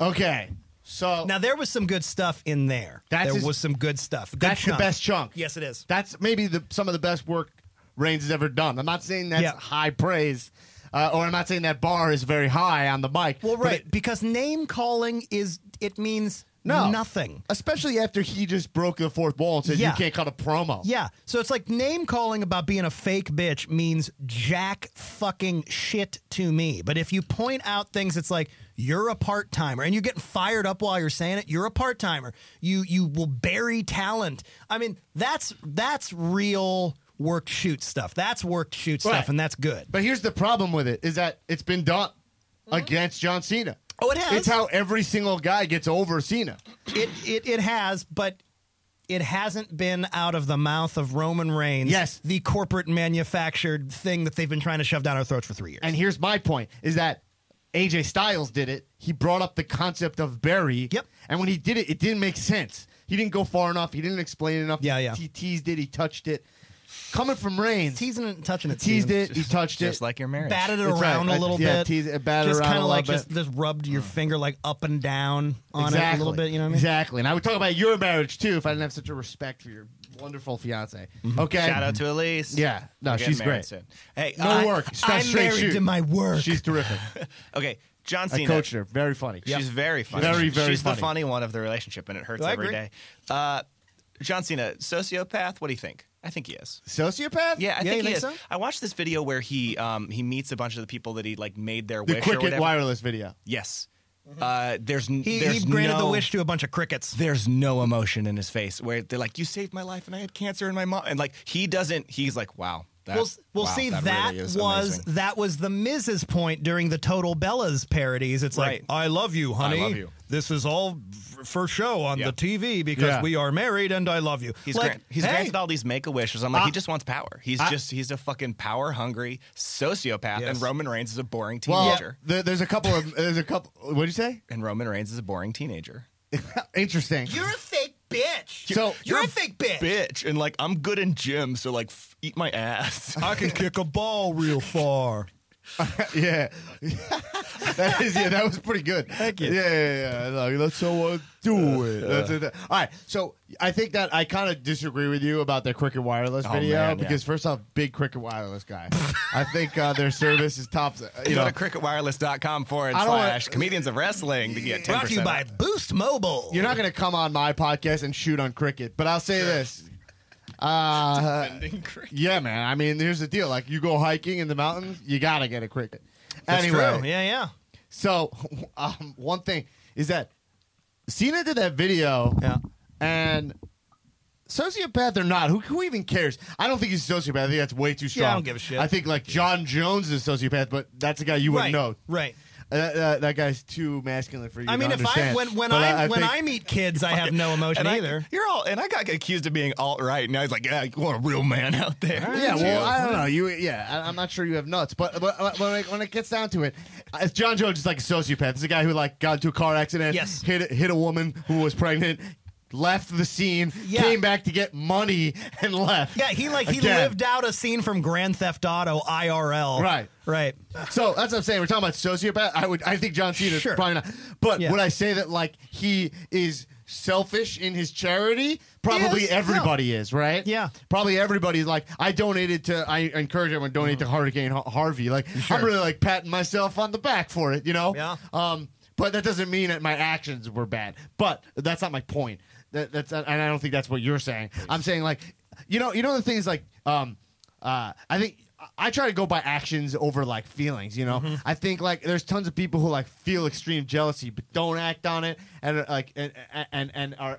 S1: Okay, so
S2: Now there was some good stuff in there.
S1: That's
S2: there
S1: his-
S2: was some good stuff. Good
S1: that's
S2: chunk.
S1: the best chunk.
S2: Yes, it is.
S1: That's maybe the some of the best work Reigns has ever done. I'm not saying that's
S2: Yeah.
S1: high praise, uh, or I'm not saying that bar is very high on the mic.
S2: Well,
S1: but
S2: right,
S1: it-
S2: because name calling is it means
S1: no,
S2: nothing.
S1: Especially after he just broke the fourth wall and said
S2: Yeah.
S1: you can't cut a promo.
S2: Yeah. So it's like name calling about being a fake bitch means jack fucking shit to me. But if you point out things, it's like you're a part timer and you're getting fired up while you're saying it. You're a part timer. You you will bury talent. I mean, that's that's real work shoot stuff. That's work shoot stuff,
S1: Right.
S2: and that's good.
S1: But here's the problem with it is that it's been done against John Cena.
S2: Oh, it has.
S1: It's how every single guy gets over Cena.
S2: it, it it has, but it hasn't been out of the mouth of Roman Reigns.
S1: Yes.
S2: the corporate manufactured thing that they've been trying to shove down our throats for three years.
S1: And here's my point is that AJ Styles did it. He brought up the concept of Barry.
S2: Yep.
S1: And when he did it, it didn't make sense. He didn't go far enough. He didn't explain enough.
S2: Yeah, yeah.
S1: He teased it. He touched it. Coming from Reigns, he
S2: teasing it, and touching it,
S1: teased
S2: Steven.
S1: it. he touched it.
S3: Just like your marriage.
S2: batted it
S1: That's right.
S2: around
S1: I-
S2: a little
S1: yeah,
S2: bit.
S1: tease it, batted
S2: just
S1: around
S2: kinda
S1: a
S2: like
S1: little
S2: just,
S1: bit. Mm.
S2: just rubbed your finger like up and down on
S1: exactly.
S2: it a little bit. You know what I mean?
S1: Exactly. And I would talk about your marriage too if I didn't have such a respect for your wonderful fiance. Okay.
S3: Mm-hmm. Shout out to Elise.
S1: Yeah. No,
S3: We're getting
S1: she's
S3: married
S1: great.
S3: soon. Hey, uh,
S1: No
S3: I-
S1: work. Straight-
S2: I'm
S1: straight
S2: married
S1: shoot.
S2: to my work.
S1: She's terrific.
S3: Okay, John Cena.
S1: I coached her. Very funny.
S3: She's very funny.
S1: Very, very
S3: She's
S1: funny.
S3: the funny one of the relationship, and it hurts
S2: Oh, I
S3: every
S2: agree.
S3: day. Uh, John Cena, sociopath. What do you think? I think he is.
S1: Sociopath?
S3: Yeah,
S2: Yeah,
S3: I
S2: you
S3: think he
S2: think
S3: is.
S2: so?
S3: I watched this video where he um, he meets a bunch of the people that he like made their
S1: The
S3: wish or
S1: Cricket
S3: whatever.
S1: Wireless video.
S3: Yes. Uh, there's n-
S2: He,
S3: there's
S2: he granted the
S3: no-
S2: wish to a bunch of crickets.
S3: There's no emotion in his face where they're like, "You saved my life, and I had cancer, and my mom," and like he doesn't. He's like, "Wow." That,
S2: We'll, we'll
S3: wow,
S2: see. That,
S3: really is
S2: was
S3: amazing."
S2: that was the Miz's point during the Total Bellas parodies. It's
S3: Right.
S2: like, I love you, honey.
S3: love you."
S2: This is all f- for show on
S3: Yeah.
S2: the TV because
S1: Yeah.
S2: we are married and I love you.
S3: He's
S2: like,
S3: grant, he's
S2: hey,
S3: granted all these make a wishes. I'm like,
S1: I-
S3: he just wants power. He's
S1: I-
S3: just he's a fucking power hungry sociopath,
S2: Yes.
S3: and Roman Reigns is a boring
S1: Well,
S3: teenager.
S1: there, there's a couple of there's a couple. What did you say?
S3: And Roman Reigns is a boring teenager.
S1: Interesting.
S2: You're a fake bitch.
S1: So-
S2: you're, a fake bitch.
S3: Bitch, and like I'm good in gym, so like f- eat my ass.
S2: I can kick a ball real far.
S1: yeah. that is, yeah, that was pretty good. Thank
S2: you.
S1: Yeah, yeah, yeah. Like, let someone do it. That's it. All right. So I think that I kind of disagree with you about the Cricket Wireless
S3: Oh,
S1: video
S3: man, yeah.
S1: because, first off, big Cricket Wireless guy. I think uh, their service is top. uh, You
S3: Go
S1: know,
S3: to cricketwireless.com forward
S1: I don't wanna-
S3: slash comedians of wrestling to get 10%.
S2: Brought to you by Boost Mobile.
S1: you're not going to come on my podcast and shoot on Cricket, but I'll say this.
S3: off.
S1: Yeah, man. I mean, here's the deal. Like, you go hiking in the mountains, you got to get a Cricket.
S2: That's
S1: anyway,
S2: true. Yeah, yeah.
S1: So, um, one thing is that Cena did that video,
S2: Yeah.
S1: and sociopath or not, who, who even cares? I don't think he's a sociopath. I think that's way too strong.
S2: Yeah, I don't give a shit.
S1: I think like John Jones is a sociopath, but that's a guy you wouldn't
S2: Right.
S1: know.
S2: Right.
S1: Uh, uh, that guy's too masculine for you.
S2: I
S1: to
S2: mean, if I
S1: understand.
S2: when when
S1: But
S2: I, when
S1: think-
S2: I meet kids, I have no emotion
S3: And I-
S2: either.
S3: you're all, and I got accused of being alt right. Now he's like, yeah, you want a real man out there.
S1: Yeah, well, I don't know. You, yeah, I, I'm not sure you have nuts, but, but, uh, but when, it, when it gets down to it, uh, John Jones is like a sociopath. He's a guy who like got into a car accident,
S2: Yes.
S1: hit hit a woman who was pregnant, left the scene,
S2: Yeah.
S1: came back to get money, and left.
S2: Yeah, he like he
S1: Again.
S2: lived out a scene from Grand Theft Auto IRL.
S1: Right.
S2: Right.
S1: So that's what I'm saying. We're talking about sociopath. I would, I think John Cena
S2: Sure.
S1: probably not, but
S2: Yeah.
S1: would I say that like he is selfish in his charity? Probably
S2: Yes.
S1: everybody is, right?
S2: Yeah.
S1: probably everybody's like, I donated to, I encourage everyone to donate
S2: Mm.
S1: to Hurricane Har- Harvey. Like I'm really like patting myself on the back for it, you know?
S2: Yeah.
S1: Um, but that doesn't mean that my actions were bad. But that's not my point. That, that's and I don't think that's what you're saying. I'm saying like, you know, you know the things like, um, uh, I think I try to go by actions over like feelings. You know,
S2: Mm-hmm.
S1: I think like there's tons of people who like feel extreme jealousy but don't act on it and uh, like and and and are.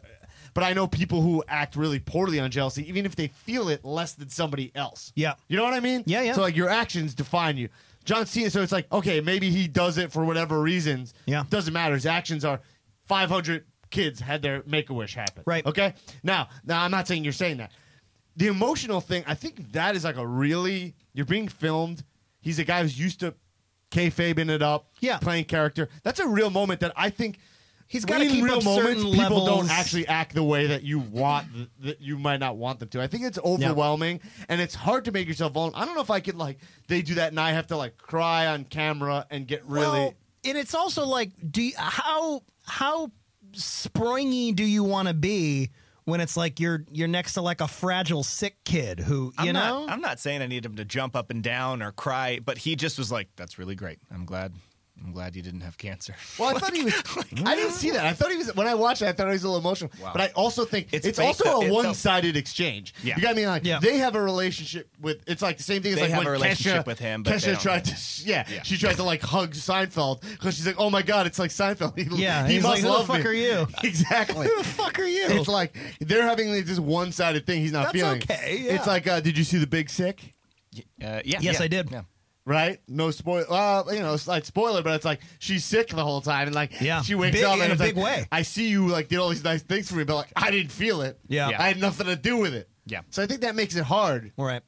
S1: But I know people who act really poorly on jealousy, even if they feel it less than somebody else.
S2: Yeah.
S1: you know what I mean.
S2: Yeah, yeah.
S1: So like your actions define you. John Cena, so it's like, okay, maybe he does it for whatever reasons.
S2: Yeah.
S1: Doesn't matter. His actions are 500 kids had their make a wish happen.
S2: Right.
S1: Okay. Now, now I'm not saying you're saying that. The emotional thing, I think that is like a really, you're being filmed. He's a guy who's used to kayfabing it up,
S2: Yeah.
S1: playing character. That's a real moment that I think.
S2: He's
S1: when
S2: gotta
S1: in
S2: keep
S1: real
S2: up
S1: moments.
S2: certain
S1: People don't
S2: levels.
S1: actually act the way that you want, that you might not want them to. I think it's overwhelming and it's hard to make yourself vulnerable. I don't know if I could like they do that and I have to like cry on camera and get really.
S2: Well, and it's also like, do you, how how springy do you want to be when it's like you're you're next to like a fragile sick kid who you
S3: I'm
S2: know
S3: Not, I'm not saying I need him to jump up and down or cry, but he just was like, "That's really great. I'm glad. I'm glad you didn't have cancer."
S1: Well, I thought he was. I didn't see that. I thought he was. When I watched it, I thought he was a little emotional.
S3: Wow.
S1: But I also think it's,
S3: It's fake,
S1: also
S3: though.
S1: a
S3: It's a-
S1: one-sided exchange.
S3: Yeah.
S1: You got me like
S2: Yeah.
S1: they have a relationship with. It's like the same thing as
S3: They
S1: like
S3: have
S1: when
S3: a relationship
S1: Kesha,
S3: with him, but they
S1: Kesha
S3: don't
S1: tried
S3: have-
S1: to. Yeah,
S3: Yeah.
S1: she tried to like hug Seinfeld because she's like, "Oh my god, it's like Seinfeld." He,
S2: Yeah,
S1: he
S2: he's
S1: must
S2: like, "Who the
S1: love
S2: fuck
S1: me."
S2: are you?
S1: Exactly.
S2: who the fuck are you?
S1: It's like they're having like, this one-sided thing. He's not
S2: That's
S1: feeling.
S2: okay, yeah.
S1: It's like, uh, did you see the Big Sick?
S3: Uh, yeah.
S2: Yes,
S3: yeah,
S2: I did.
S3: Yeah.
S1: Right? No spoil. Well, you know, it's like spoiler, but it's like she's sick the whole time, and like
S2: Yeah.
S1: she wakes
S2: Big-
S1: up
S2: in
S1: and
S2: a
S1: it's
S2: big
S1: like,
S2: way.
S1: I see you like did all these nice things for me, but like I didn't feel it.
S2: Yeah.
S3: Yeah.
S1: I had nothing to do with it.
S3: Yeah.
S1: So I think that makes it hard.
S2: all right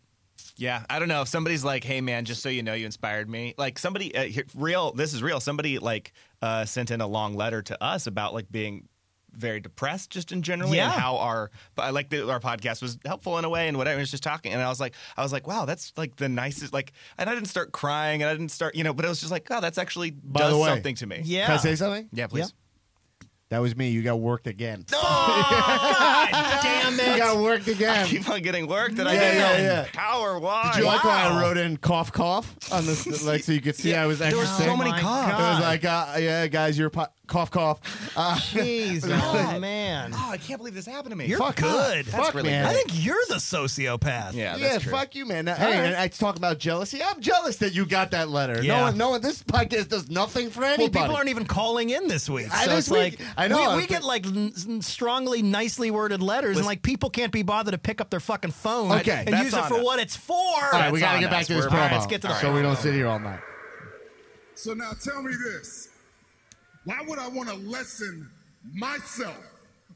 S3: Yeah, I don't know if somebody's like, "Hey, man, just so you know, you inspired me." Like somebody, uh, here, real. This is real. Somebody like uh, sent in a long letter to us about like being very depressed, just in general,
S2: Yeah.
S3: and how our but like the, our podcast was helpful in a way, and whatever. I was just talking, and I was like, I was like, wow, that's like the nicest. Like, and I didn't start crying, and I didn't start, you know, but I was just like, oh, that's actually does
S1: the way,
S3: something to me.
S2: yeah
S1: Can I say something?
S3: yeah, please.
S1: That was me. You got worked again.
S2: damn
S1: You
S2: it
S1: got worked again.
S3: I keep on getting worked, and I
S1: Yeah,
S3: didn't
S1: yeah,
S3: know
S1: yeah.
S3: how or why.
S1: Did you like when I
S2: Wow.
S1: wrote in cough cough on this like so you could see I was
S3: there
S1: actually
S3: were so
S1: saying-
S3: many
S2: my
S3: cons.
S1: It was like uh, yeah guys you're po- cough cough. Uh,
S2: jeez oh man
S3: oh, I can't believe this happened to me.
S2: you're
S1: fuck
S2: good
S1: Fuck,
S3: That's really
S1: man.
S2: I think you're the sociopath
S3: yeah, that's
S1: Yeah,
S3: true.
S1: fuck you, man. Now, hey,
S2: right.
S1: and I talk about jealousy. I'm jealous that you got that letter. No
S2: Yeah.
S1: one, no one. This podcast does nothing for
S2: Well,
S1: anybody.
S2: people aren't even calling in this week, so
S1: I- this
S2: it's like
S1: week- I know,
S2: we,
S1: I-
S2: we get like n- n- strongly, nicely worded letters, and like people can't be bothered to pick up their fucking phone
S1: Okay,
S2: and
S3: that's
S2: use it
S3: on
S2: for
S3: us.
S2: what it's for.
S1: all right, we
S3: That's
S1: gotta
S3: on
S1: get back
S3: us.
S1: to this
S3: We're-
S1: promo,
S2: all right, let's get to the
S1: so we
S2: promo.
S1: don't sit here all night.
S5: So now tell me this. Why would I want to lessen myself,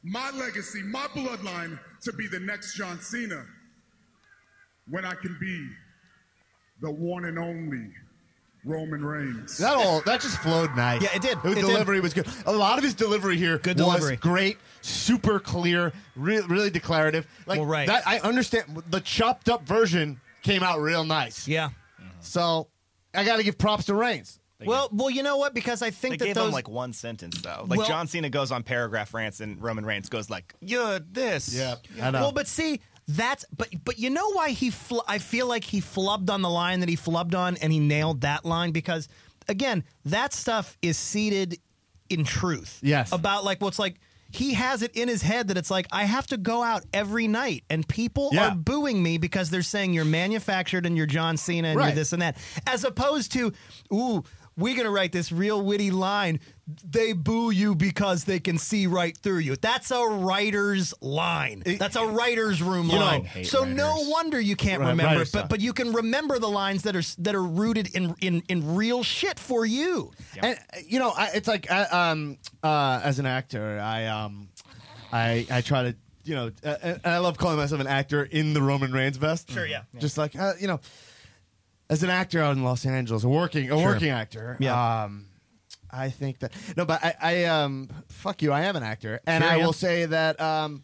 S5: my legacy, my bloodline to be the next John Cena when I can be the one and only Roman Reigns?
S1: That all that just flowed nice.
S2: Yeah, it did.
S1: His
S2: It did.
S1: delivery was good. A lot of his delivery here
S2: Good
S1: was
S2: delivery.
S1: great, super clear, re- really declarative. Like
S2: Well, right.
S1: that, I understand the chopped up version came out real nice.
S2: yeah,
S1: So I got to give props to Reigns.
S2: Well, well, you know what? Because I
S3: They
S2: think that
S3: gave
S2: those
S3: him like one sentence though. Like
S2: Well-
S3: John Cena goes on paragraph rants and Roman Reigns goes like, "You're this."
S1: I know.
S2: Well, but see, that's but but you know why he fl- I feel like he flubbed on the line that he flubbed on and he nailed that line because again, that stuff is seated in truth.
S1: Yes.
S2: About like what's like he has it in his head that it's like I have to go out every night and people
S1: Yeah.
S2: are booing me because they're saying you're manufactured and you're John Cena and
S1: Right.
S2: you're this and that. As opposed to ooh we're gonna write this real witty line. They boo you because they can see right through you. That's a writer's line. That's a writer's room
S3: know,
S2: line.
S3: I hate
S2: So no
S3: writers.
S2: wonder you can't
S1: Right,
S2: remember,
S1: writer's
S2: but
S1: line.
S2: but you can remember the lines that are s- that are rooted in in in real shit for you.
S1: And uh, you know, I, it's like I, um, uh, as an actor, I um, I I try to you know, uh, and I love calling myself an actor in the Roman Reigns vest.
S2: Sure, yeah. Yeah.
S1: Just like uh, you know, as an actor out in Los Angeles, a working a working actor.
S2: Yeah.
S1: Um, I think that no, but I, I um, fuck you, I am an actor, and
S2: Sure,
S1: I
S2: yeah.
S1: will say that um,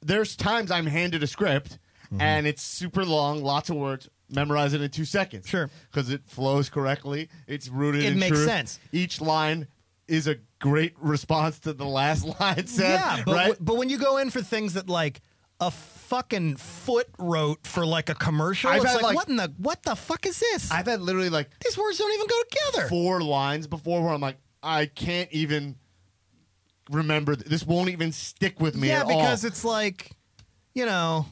S1: there's times I'm handed a script
S2: Mm-hmm.
S1: and it's super long, lots of words. Memorize it in two seconds.
S2: Sure.
S1: Because it flows correctly. It's rooted
S2: It
S1: in
S2: makes
S1: truth.
S2: sense.
S1: Each line is a great response to the last line said.
S2: yeah, but
S1: right?
S2: w- but when you go in for things that like a fucking foot wrote for like a commercial,
S1: I've
S2: it's
S1: had,
S2: like,
S1: like-
S2: what in the what the fuck is this?
S1: I've had literally like
S2: These words don't even go together.
S1: four lines before where I'm like, I can't even remember. th- This won't even stick with me
S2: yeah,
S1: at
S2: because
S1: all.
S2: it's like, you know,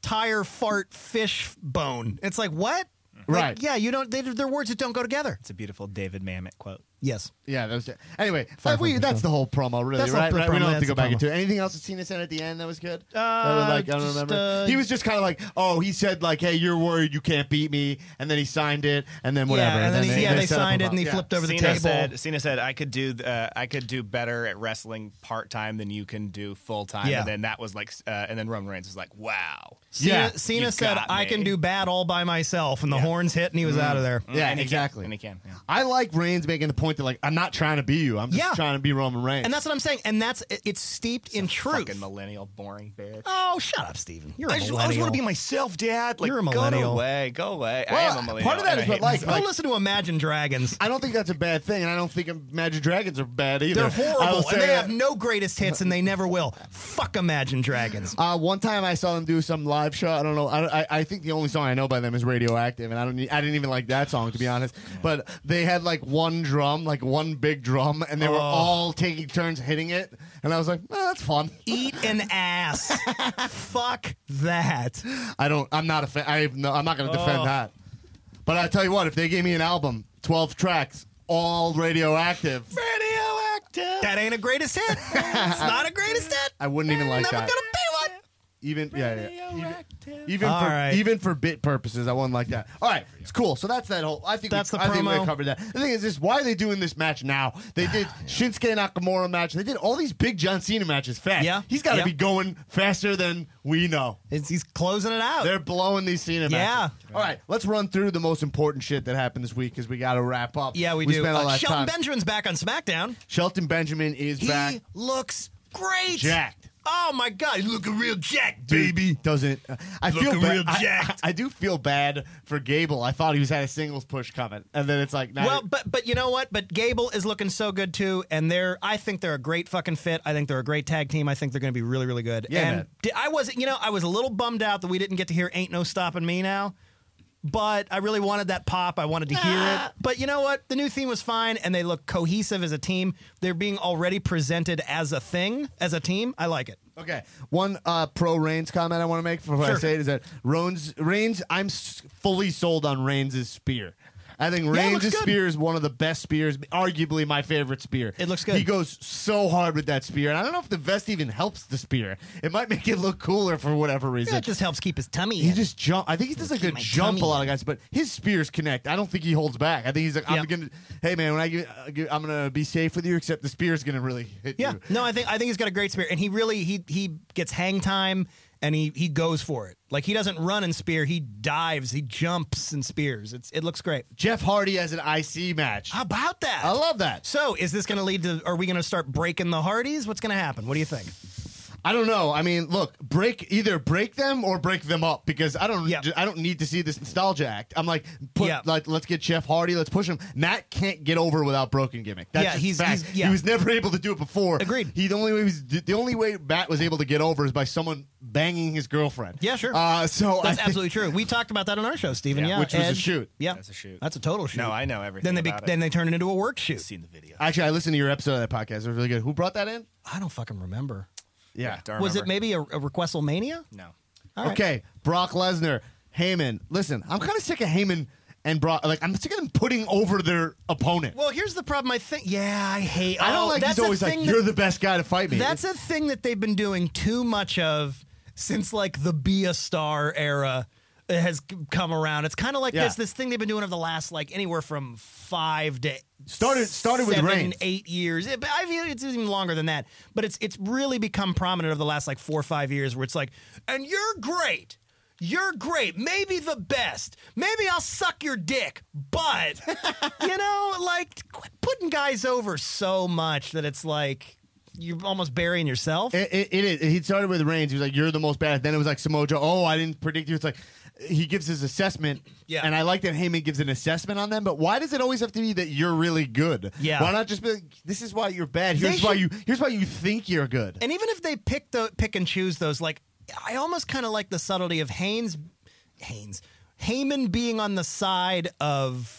S2: tire fart fish bone. It's like what? Like,
S1: Right.
S2: yeah, you don't. They, they're words that don't go together.
S3: It's a beautiful David Mamet quote.
S2: Yes.
S1: yeah, that was it. Anyway, uh, we, that's the whole promo, really,
S2: That's the
S1: right?
S2: whole
S1: Right, We
S2: promo,
S1: don't have to
S2: that's
S1: go
S2: the
S1: back
S2: promo.
S1: into it. Anything else that Cena said at the end that was good?
S2: Uh,
S1: That was, like, I don't
S2: just,
S1: remember.
S2: uh,
S1: he was just kind of like, oh, he said like, hey, you're worried you can't beat me, and then he signed it, and then whatever.
S2: Yeah, and, then, he, yeah, they,
S1: set up
S2: signed
S1: a
S2: it and he
S1: bomb. Yeah.
S2: flipped over the
S3: Cena
S2: table.
S3: said, Cena said, "I could do uh, I could do better at wrestling part time than you can do full time."
S2: Yeah.
S3: And then that was like, uh, and then Roman Reigns was like, "Wow."
S2: Cena,
S1: Yeah,
S2: Cena
S3: you
S2: said,
S3: got
S2: "I can
S3: me."
S2: do bad all by myself," and the
S3: Yeah.
S2: horns hit, and he was out of there.
S1: Yeah,
S3: And he can-
S1: exactly.
S3: and he can, yeah.
S1: I like Reigns making the point that like I'm not trying to be you. I'm just
S2: Yeah.
S1: trying to be Roman Reigns.
S2: And that's what I'm saying. And that's it- it's steeped in truth.
S3: Fucking millennial, boring bitch.
S2: Oh, shut up, Steven. You're a
S3: I just, I just
S2: millennial.
S3: want to be myself, Dad. Like,
S2: You're a
S3: go
S2: millennial.
S3: away, go away. I
S1: Well,
S3: am a
S2: Oh,
S3: millennial.
S1: part of that
S3: and
S1: is
S3: I
S1: what
S3: hate
S1: like-
S3: myself.
S2: Go listen to Imagine Dragons.
S1: I don't think that's a bad thing, and I don't think Magic Dragons are bad either. I
S2: They're
S1: will
S2: horrible,
S1: say
S2: and they
S1: that-
S2: have no greatest hits, and they never will. Fuck Imagine Dragons.
S1: Uh, one time I saw them do some live show. I don't know. I, I, I think the only song I know by them is Radioactive, and I don't. e- I didn't even like that song to be honest. But they had like one drum, like one big drum, and they were
S2: Oh.
S1: all taking turns hitting it. And I was like, oh, that's fun.
S2: Eat an ass. Fuck that.
S1: I don't. I'm not a fan. I have no, I'm not going to
S2: Oh.
S1: defend that. But I tell you what, if they gave me an album, 12 tracks, all radioactive,
S3: radioactive.
S2: That ain't a greatest hit. It's not a greatest hit.
S1: I wouldn't even like
S2: Never
S1: that.
S2: gonna be one.
S1: Even yeah, yeah. Even, even
S2: All
S1: for
S2: right.
S1: even for bit purposes, I wouldn't like that. All right, it's cool. So that's that whole. I think
S2: That's
S1: we,
S2: the
S1: I think we
S2: promo.
S1: covered that. The thing is, this why are they doing this match now? They did Shinsuke Nakamura match. They did all these big John Cena matches fast.
S2: Yeah,
S1: he's got to
S2: yeah.
S1: be going faster than we know.
S2: It's, he's closing it out.
S1: They're blowing these Cena matches.
S2: Yeah.
S1: All right, let's run through the most important shit that happened this week because we got to wrap up.
S2: yeah, we, do.
S1: Spent all
S2: Uh,
S1: that
S2: Shelton
S1: time.
S2: Benjamin's back on SmackDown.
S1: Shelton Benjamin is
S2: He
S1: back.
S2: looks great.
S1: Jacked.
S2: Oh my god, he's looking real jacked,
S1: Dude,
S2: baby.
S1: doesn't. uh, I feel
S2: Looking
S1: bad.
S2: real
S1: I,
S2: jacked.
S1: I, I do feel bad for Gable. I thought he was had a singles push coming, and then it's like, nah,
S2: Well, but but you know what? But Gable is looking so good too, and they're I think they're a great fucking fit. I think they're a great tag team. I think they're going to be really really good.
S1: Yeah, man.
S2: and di- I wasn't, you know, I was a little bummed out that we didn't get to hear "Ain't No Stopping Me Now," but I really wanted that pop. I wanted to hear it. But you know what? The new theme was fine, and they look cohesive as a team. They're being already presented as a thing, as a team. I like it.
S1: okay. One uh, pro Reigns comment I want to make before I
S2: Sure.
S1: say it is that Reigns, Reigns, I'm s- fully sold on Reigns' spear. I think
S2: it
S1: Reigns'
S2: looks good.
S1: spear is one of the best spears, arguably my favorite spear.
S2: It looks good.
S1: He goes so hard with that spear, and I don't know if the vest even helps the spear. It might make it look cooler for whatever reason.
S2: It just helps keep his tummy.
S1: He
S2: in.
S1: just jump. I think he does a good
S2: my
S1: jump. A
S2: tummy
S1: lot of guys, but his spears connect. I don't think he holds back. I think he's like, I'm
S2: Yep.
S1: gonna. Hey man, when I give, I give- I'm gonna be safe with you. Except the spear's gonna really hit
S2: Yeah.
S1: you.
S2: No, I think I think he's got a great spear, and he really he he gets hang time, and he he goes for it. Like he doesn't run and spear; he dives, he jumps and spears. It's it looks great.
S1: Jeff Hardy has an IC match.
S2: How about that?
S1: I love that.
S2: So, is this going to lead to? Are we going to start breaking the Hardys? What's going to happen? What do you think?
S1: I don't know. I mean, look, break either break them or break them up because I don't.
S2: Yeah.
S1: I don't need to see this nostalgia act. I'm like, put,
S2: Yeah.
S1: like, let's get Jeff Hardy. Let's push him. Matt can't get over without broken gimmick. That's
S2: Yeah,
S1: just
S2: he's-
S1: fact.
S2: he's- yeah.
S1: He was never able to do it before.
S2: Agreed.
S1: He the only way he was, the only way Matt was able to get over is by someone banging his girlfriend.
S2: Yeah, sure.
S1: Uh, so I
S2: That's
S1: think-
S2: absolutely true. We talked about that on our show, Stephen.
S1: Yeah,
S2: Yeah,
S1: which was a
S2: Ed.
S1: shoot.
S2: Yeah,
S3: That's a shoot.
S2: That's a total shoot.
S3: No, I know everything
S2: Then they
S3: about it.
S2: then they turn it into a work shoot.
S3: seen the video.
S1: Actually, I listened to your episode of that podcast. It was really good. Who brought that in?
S2: I don't fucking remember.
S1: Yeah.
S3: don't
S2: Was it
S3: remember.
S2: maybe a, a Requestlemania?
S3: No.
S2: All right.
S1: Okay, Brock Lesnar, Heyman. Listen, I'm kind of sick of Heyman and Brock. Like, I'm sick of them putting over their opponent.
S2: Well, here's the problem. I think. Yeah, I hate.
S1: I don't
S2: oh,
S1: like
S2: that's
S1: he's
S2: a
S1: always like,
S2: thing
S1: you're
S2: that-
S1: the best guy to fight me.
S2: That's a thing that they've been doing too much of since like the be a star era has c- come around. It's kind of like
S1: Yeah.
S2: this this thing they've been doing over the last like anywhere from five to
S1: Started- started with
S2: seven,
S1: Reigns.
S2: eight years. It, but I feel it's even longer than that. But it's it's really become prominent over the last like four or five years where it's like, and you're great. You're great, maybe the best. Maybe I'll suck your dick, but you know, like quit putting guys over so much that it's like you're almost burying yourself.
S1: It, it, it is. He started with Reigns. He was like, "You're the most bad." Then it was like Samoa Joe. Oh, I didn't predict you. It's like he gives his assessment.
S2: Yeah.
S1: And I like that Heyman gives an assessment on them. But why does it always have to be that you're really good?
S2: Yeah.
S1: Why not just be like, "This is why you're bad.
S2: They
S1: Here's why
S2: should-
S1: you. Here's why you think you're good."
S2: And even if they pick the pick and choose those, like I almost kind of like the subtlety of Haynes, Haynes, Heyman being on the side of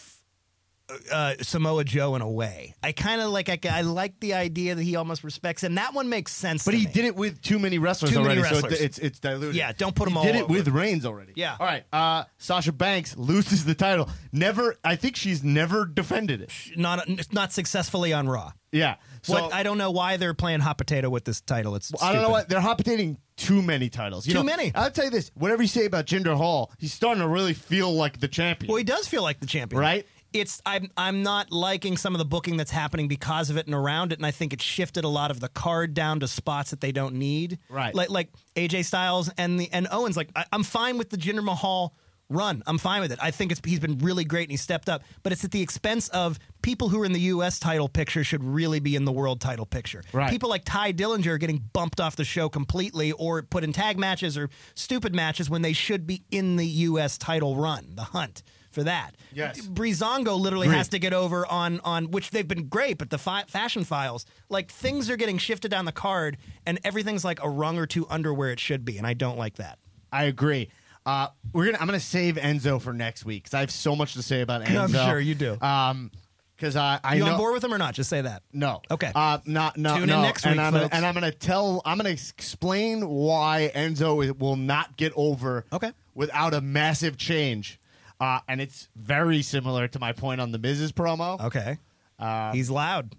S2: uh, Samoa Joe in a way. I kind of like I, I like the idea that he almost respects him. That one makes sense.
S1: But
S2: to
S1: he
S2: me.
S1: did it with too many wrestlers
S2: Too
S1: already,
S2: many
S1: so
S2: wrestlers.
S1: it- it's it's diluted.
S2: Yeah, don't put
S1: He
S2: 'em all
S1: Did it
S2: over.
S1: with Reigns already.
S2: Yeah.
S1: All right. Uh, Sasha Banks loses the title. Never. I think she's never defended it.
S2: not not successfully on Raw.
S1: Yeah. So
S2: what I don't know why they're playing hot potato with this title. It's
S1: I don't know
S2: stupid.
S1: what they're hot potating too many titles. You
S2: Too
S1: know,
S2: many.
S1: I'll tell you this: whatever you say about Jinder Hall, he's starting to really feel like the champion.
S2: Well, he does feel like the champion,
S1: Right?
S2: It's I'm I'm not liking some of the booking that's happening because of it and around it, and I think it shifted a lot of the card down to spots that they don't need,
S1: Right.
S2: Like like AJ Styles and the and Owens. Like I, I'm fine with the Jinder Mahal run. I'm fine with it. I think it's he's been really great and he stepped up, but it's at the expense of people who are in the U.S. title picture should really be in the world title picture.
S1: Right.
S2: People like Ty Dillinger are getting bumped off the show completely or put in tag matches or stupid matches when they should be in the U.S. title run, the hunt for that.
S1: Yes.
S2: Brizongo literally
S1: Agreed.
S2: has to get over on, on which they've been great, but the fi- fashion files, like things are getting shifted down the card and everything's like a rung or two under where it should be. And I don't like that.
S1: I agree. Uh, we're gonna. I'm gonna save Enzo for next week because I have so much to say about Enzo.
S2: I'm sure you do.
S1: Um, because I, I
S2: You
S1: know
S2: on board with them or not? Just say that.
S1: No.
S2: Okay.
S1: Uh, not no
S2: Tune in
S1: no.
S2: next
S1: and
S2: week,
S1: I'm gonna,
S2: folks.
S1: and I'm gonna tell. I'm gonna explain why Enzo is- will not get over.
S2: Okay.
S1: Without a massive change, uh, and it's very similar to my point on the Miz's promo.
S2: Okay.
S1: uh,
S2: He's loud.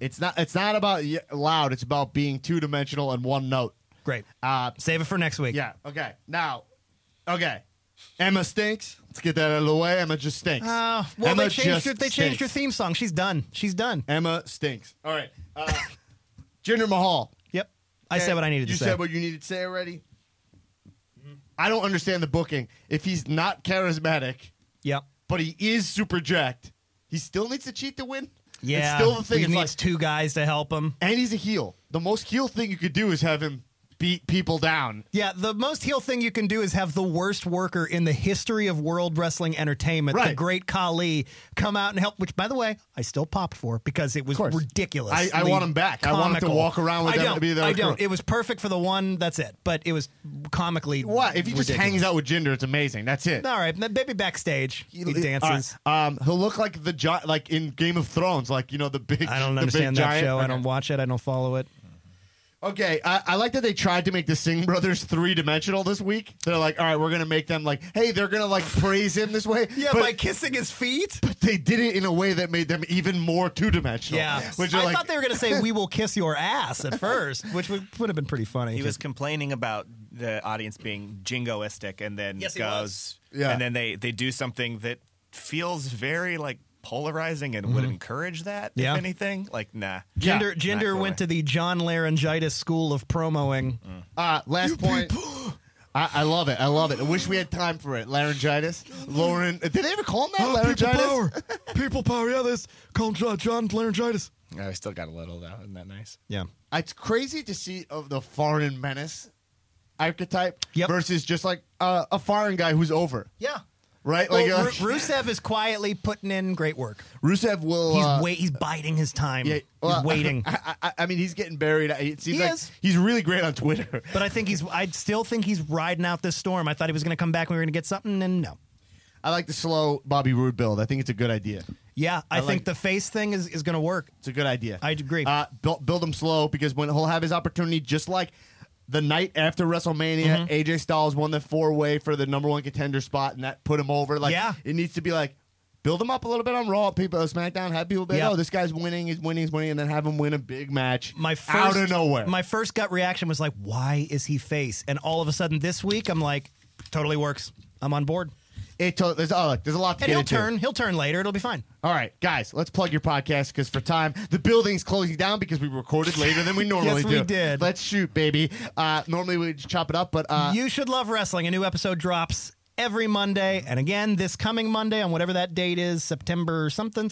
S1: It's not. It's not about y- loud. It's about being two dimensional and one note.
S2: Great.
S1: Uh,
S2: Save it for next week.
S1: yeah. Okay. Now. Okay. Emma stinks. Let's get that out of the way. Emma just stinks.
S2: Uh, well,
S1: Emma
S2: they changed,
S1: just
S2: her, they changed her
S1: stinks.
S2: theme song. She's done. She's done.
S1: Emma stinks. All right. Uh, Jinder Mahal.
S2: Yep. I
S1: Okay,
S2: said what I needed
S1: you
S2: to say.
S1: said what you needed to say already. I don't understand the booking. If he's not charismatic,
S2: yep.
S1: but he is super jacked, he still needs to cheat to win.
S2: Yeah.
S1: it's still the thing.
S2: He
S1: it's
S2: needs
S1: like-
S2: two guys to help him.
S1: and he's a heel. The most heel thing you could do is have him beat people down.
S2: Yeah, the most heel thing you can do is have the worst worker in the history of world wrestling entertainment, the
S1: Right.
S2: great Kali, come out and help. Which, by the way, I still pop for because it was
S1: course.
S2: ridiculous.
S1: I- I want him back. I want him to
S2: comical.
S1: walk around with
S2: I
S1: them to
S2: don't,
S1: be their
S2: I don't.
S1: recruit.
S2: It was perfect for the one. That's it. But it was comically.
S1: What if he just
S2: ridiculous.
S1: hangs out with Jinder? It's amazing. That's it.
S2: All right, maybe backstage he,
S1: All
S2: dances.
S1: right. Um, he'll look like the gi- like in Game of Thrones, like you know the big.
S2: I don't
S1: the big
S2: understand that
S1: giant.
S2: show. I
S1: Okay.
S2: don't watch it. I don't follow it.
S1: Okay, I, I like that they tried to make the Singh brothers three dimensional this week. They're like, all right, we're gonna make them like, hey, they're gonna like praise him this way. but,
S2: kissing his feet.
S1: but they did it in a way that made them even more two dimensional.
S2: Yeah,
S1: which
S2: I
S1: are like,
S2: thought they were going to say "We will kiss your ass" at first, which would, would have been pretty funny.
S3: He was complaining about the audience being jingoistic and then
S2: Yes, he
S3: goes
S1: was. Yeah.
S3: and then they, they do something that feels very like polarizing and would encourage that,
S2: Yeah.
S3: if anything. Like, nah.
S1: Yeah.
S2: Gender Gender
S3: Not
S2: went to
S3: going.
S2: the John Laryngitis School of Promoing.
S1: uh, last point. I, I love it. I love it. I wish we had time for it. Laryngitis, Lauren. Did they ever call him
S2: Oh,
S1: that? laryngitis.
S2: people power. Yeah, this called John Laryngitis.
S3: I still got a little though, isn't that nice?
S2: Yeah.
S1: Uh, It's crazy to see of the foreign menace archetype
S2: Yep.
S1: versus just like uh, a foreign guy who's over,
S2: Yeah.
S1: right?
S2: Well,
S1: like, uh,
S2: Ru- Rusev is quietly putting in great work.
S1: Rusev will.
S2: He's
S1: uh,
S2: wait. He's biding his time.
S1: yeah, well,
S2: he's waiting.
S1: I, I, I mean, he's getting buried. It seems
S2: He
S1: like
S2: is.
S1: he's really great on Twitter.
S2: but I think he's. I still think he's riding out this storm. I thought he was going to come back. and We were going to get something, and no.
S1: I like the slow Bobby Roode build. I think it's a good idea.
S2: Yeah,
S1: I
S2: I, think
S1: like-
S2: the face thing is, is going to work.
S1: It's a good idea.
S2: I agree.
S1: Uh, build, build him slow because when he'll have his opportunity, just like the night after
S2: Mm-hmm.
S1: WrestleMania, AJ Styles won the four way for the number one contender spot, and that put him over. Like,
S2: Yeah.
S1: it needs to be like build him up a little bit on Raw, people, uh, SmackDown, have people be like,
S2: Yeah.
S1: oh, this guy's winning, he's winning, he's winning, and then have him win a big match
S2: My
S1: out
S2: first,
S1: of nowhere.
S2: My first gut reaction was like, why is he face? And all of a sudden this week, I'm like, totally works. I'm on board.
S1: it to- there's, oh, look, there's a lot to
S2: And
S1: get
S2: he'll
S1: into.
S2: turn. He'll turn later. It'll be fine.
S1: All right, guys, let's plug your podcast because for time, the building's closing down because we recorded later than we normally do.
S2: we did.
S1: Let's shoot, baby. Uh, normally we just chop it up, but uh,
S2: you should love wrestling. A new episode drops every Monday, and again this coming Monday on whatever that date is, September something.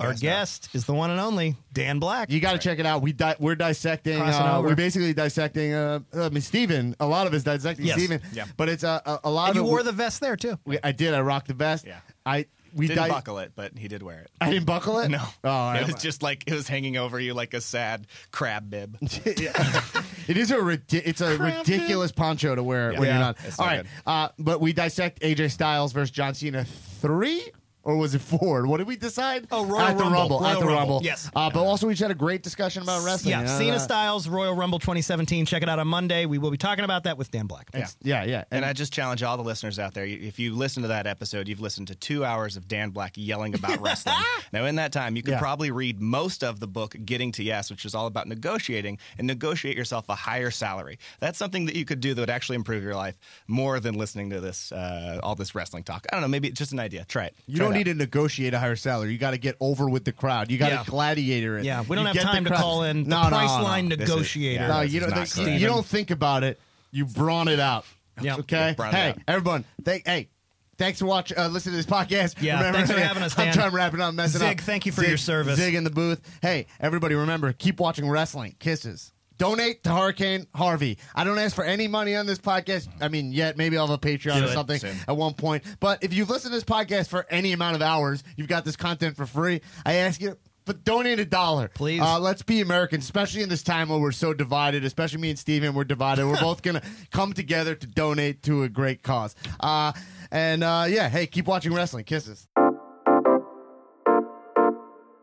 S2: Our
S3: know.
S2: guest is the one and only Dan Black.
S1: You got to check it out. We di- we're dissecting.
S2: Crossing
S1: Uh,
S2: over.
S1: we're basically dissecting. Uh, uh, I mean, Steven, A lot of it's dissecting
S2: Yes.
S1: Steven.
S3: Yeah.
S1: But it's uh, a, a lot
S2: and
S1: of
S2: you
S1: it
S2: wore
S1: we-
S2: the vest there too.
S1: we- I did. I rocked the vest.
S3: Yeah.
S1: I we
S3: Didn't
S1: di-
S3: buckle it, but he did wear it.
S1: I didn't buckle it.
S3: No,
S1: Oh, all
S3: it
S1: right.
S3: was just like it was hanging over you like a sad crab bib.
S1: Yeah. it is a ridi- it's a
S3: Crap, dude.
S1: ridiculous poncho to wear
S3: Yeah.
S1: when you're
S3: Yeah.
S1: not.
S3: It's
S1: All
S3: not
S1: right.
S3: good.
S1: Uh, but we dissect AJ Styles versus John Cena three. Or was it four? What did we decide?
S2: Oh, Royal
S1: at the
S2: Rumble.
S1: Rumble. at
S2: Royal
S1: the Rumble.
S2: Rumble. Yes.
S1: Uh, but also, we just had a great discussion about wrestling.
S2: Yeah,
S1: Uh,
S2: Cena Styles Royal Rumble 2017. Check it out on Monday. We will be talking about that with Dan Black.
S1: it's- Yeah, yeah.
S3: And I just challenge all the listeners out there. If you listen to that episode, you've listened to two hours of Dan Black yelling about wrestling. Now, in that time, you could
S1: Yeah.
S3: probably read most of the book "Getting to Yes," which is all about negotiating and negotiate yourself a higher salary. That's something that you could do that would actually improve your life more than listening to this uh, all this wrestling talk. I don't know. Maybe it's just an idea. Try it.
S1: You don't need to negotiate a higher salary. You got to get over with the crowd. You got to
S2: Yeah.
S1: gladiator it.
S2: Yeah, we
S1: You
S2: don't have
S1: get the
S2: time to
S1: crowd-
S2: call in the
S1: No, no,
S2: price
S1: no.
S2: line
S3: This is-
S2: negotiator.
S3: yeah.
S1: No,
S3: This
S1: you
S3: is
S1: don't.
S3: not
S1: think-
S3: correct.
S1: you don't think about it. You brawn it out.
S2: Yeah.
S1: Okay.
S3: Brawn it
S1: Hey,
S3: out.
S1: everyone. Thank. Hey. Thanks for watching. Uh, listen to this podcast.
S2: Yeah,
S1: Remember-
S2: thanks for having us,
S1: I'm
S2: Dan.
S1: trying to wrap it up. Messing
S2: Zig,
S1: up.
S2: thank you for
S1: Zig-
S2: your service.
S1: Zig in the booth. Hey, everybody. Remember, keep watching wrestling. Kisses. Donate to Hurricane Harvey. I don't ask for any money on this podcast. I mean, yet maybe I'll have a Patreon
S2: Do
S1: or
S2: it.
S1: something
S3: Soon.
S1: at one point. But if you've listened to this podcast for any amount of hours, you've got this content for free. I ask you, but donate a dollar.
S2: Please.
S1: Uh, let's be American, especially in this time where we're so divided, especially me and Steven, we're divided. We're both going to come together to donate to a great cause. Uh, and uh, yeah, hey, keep watching wrestling. Kisses.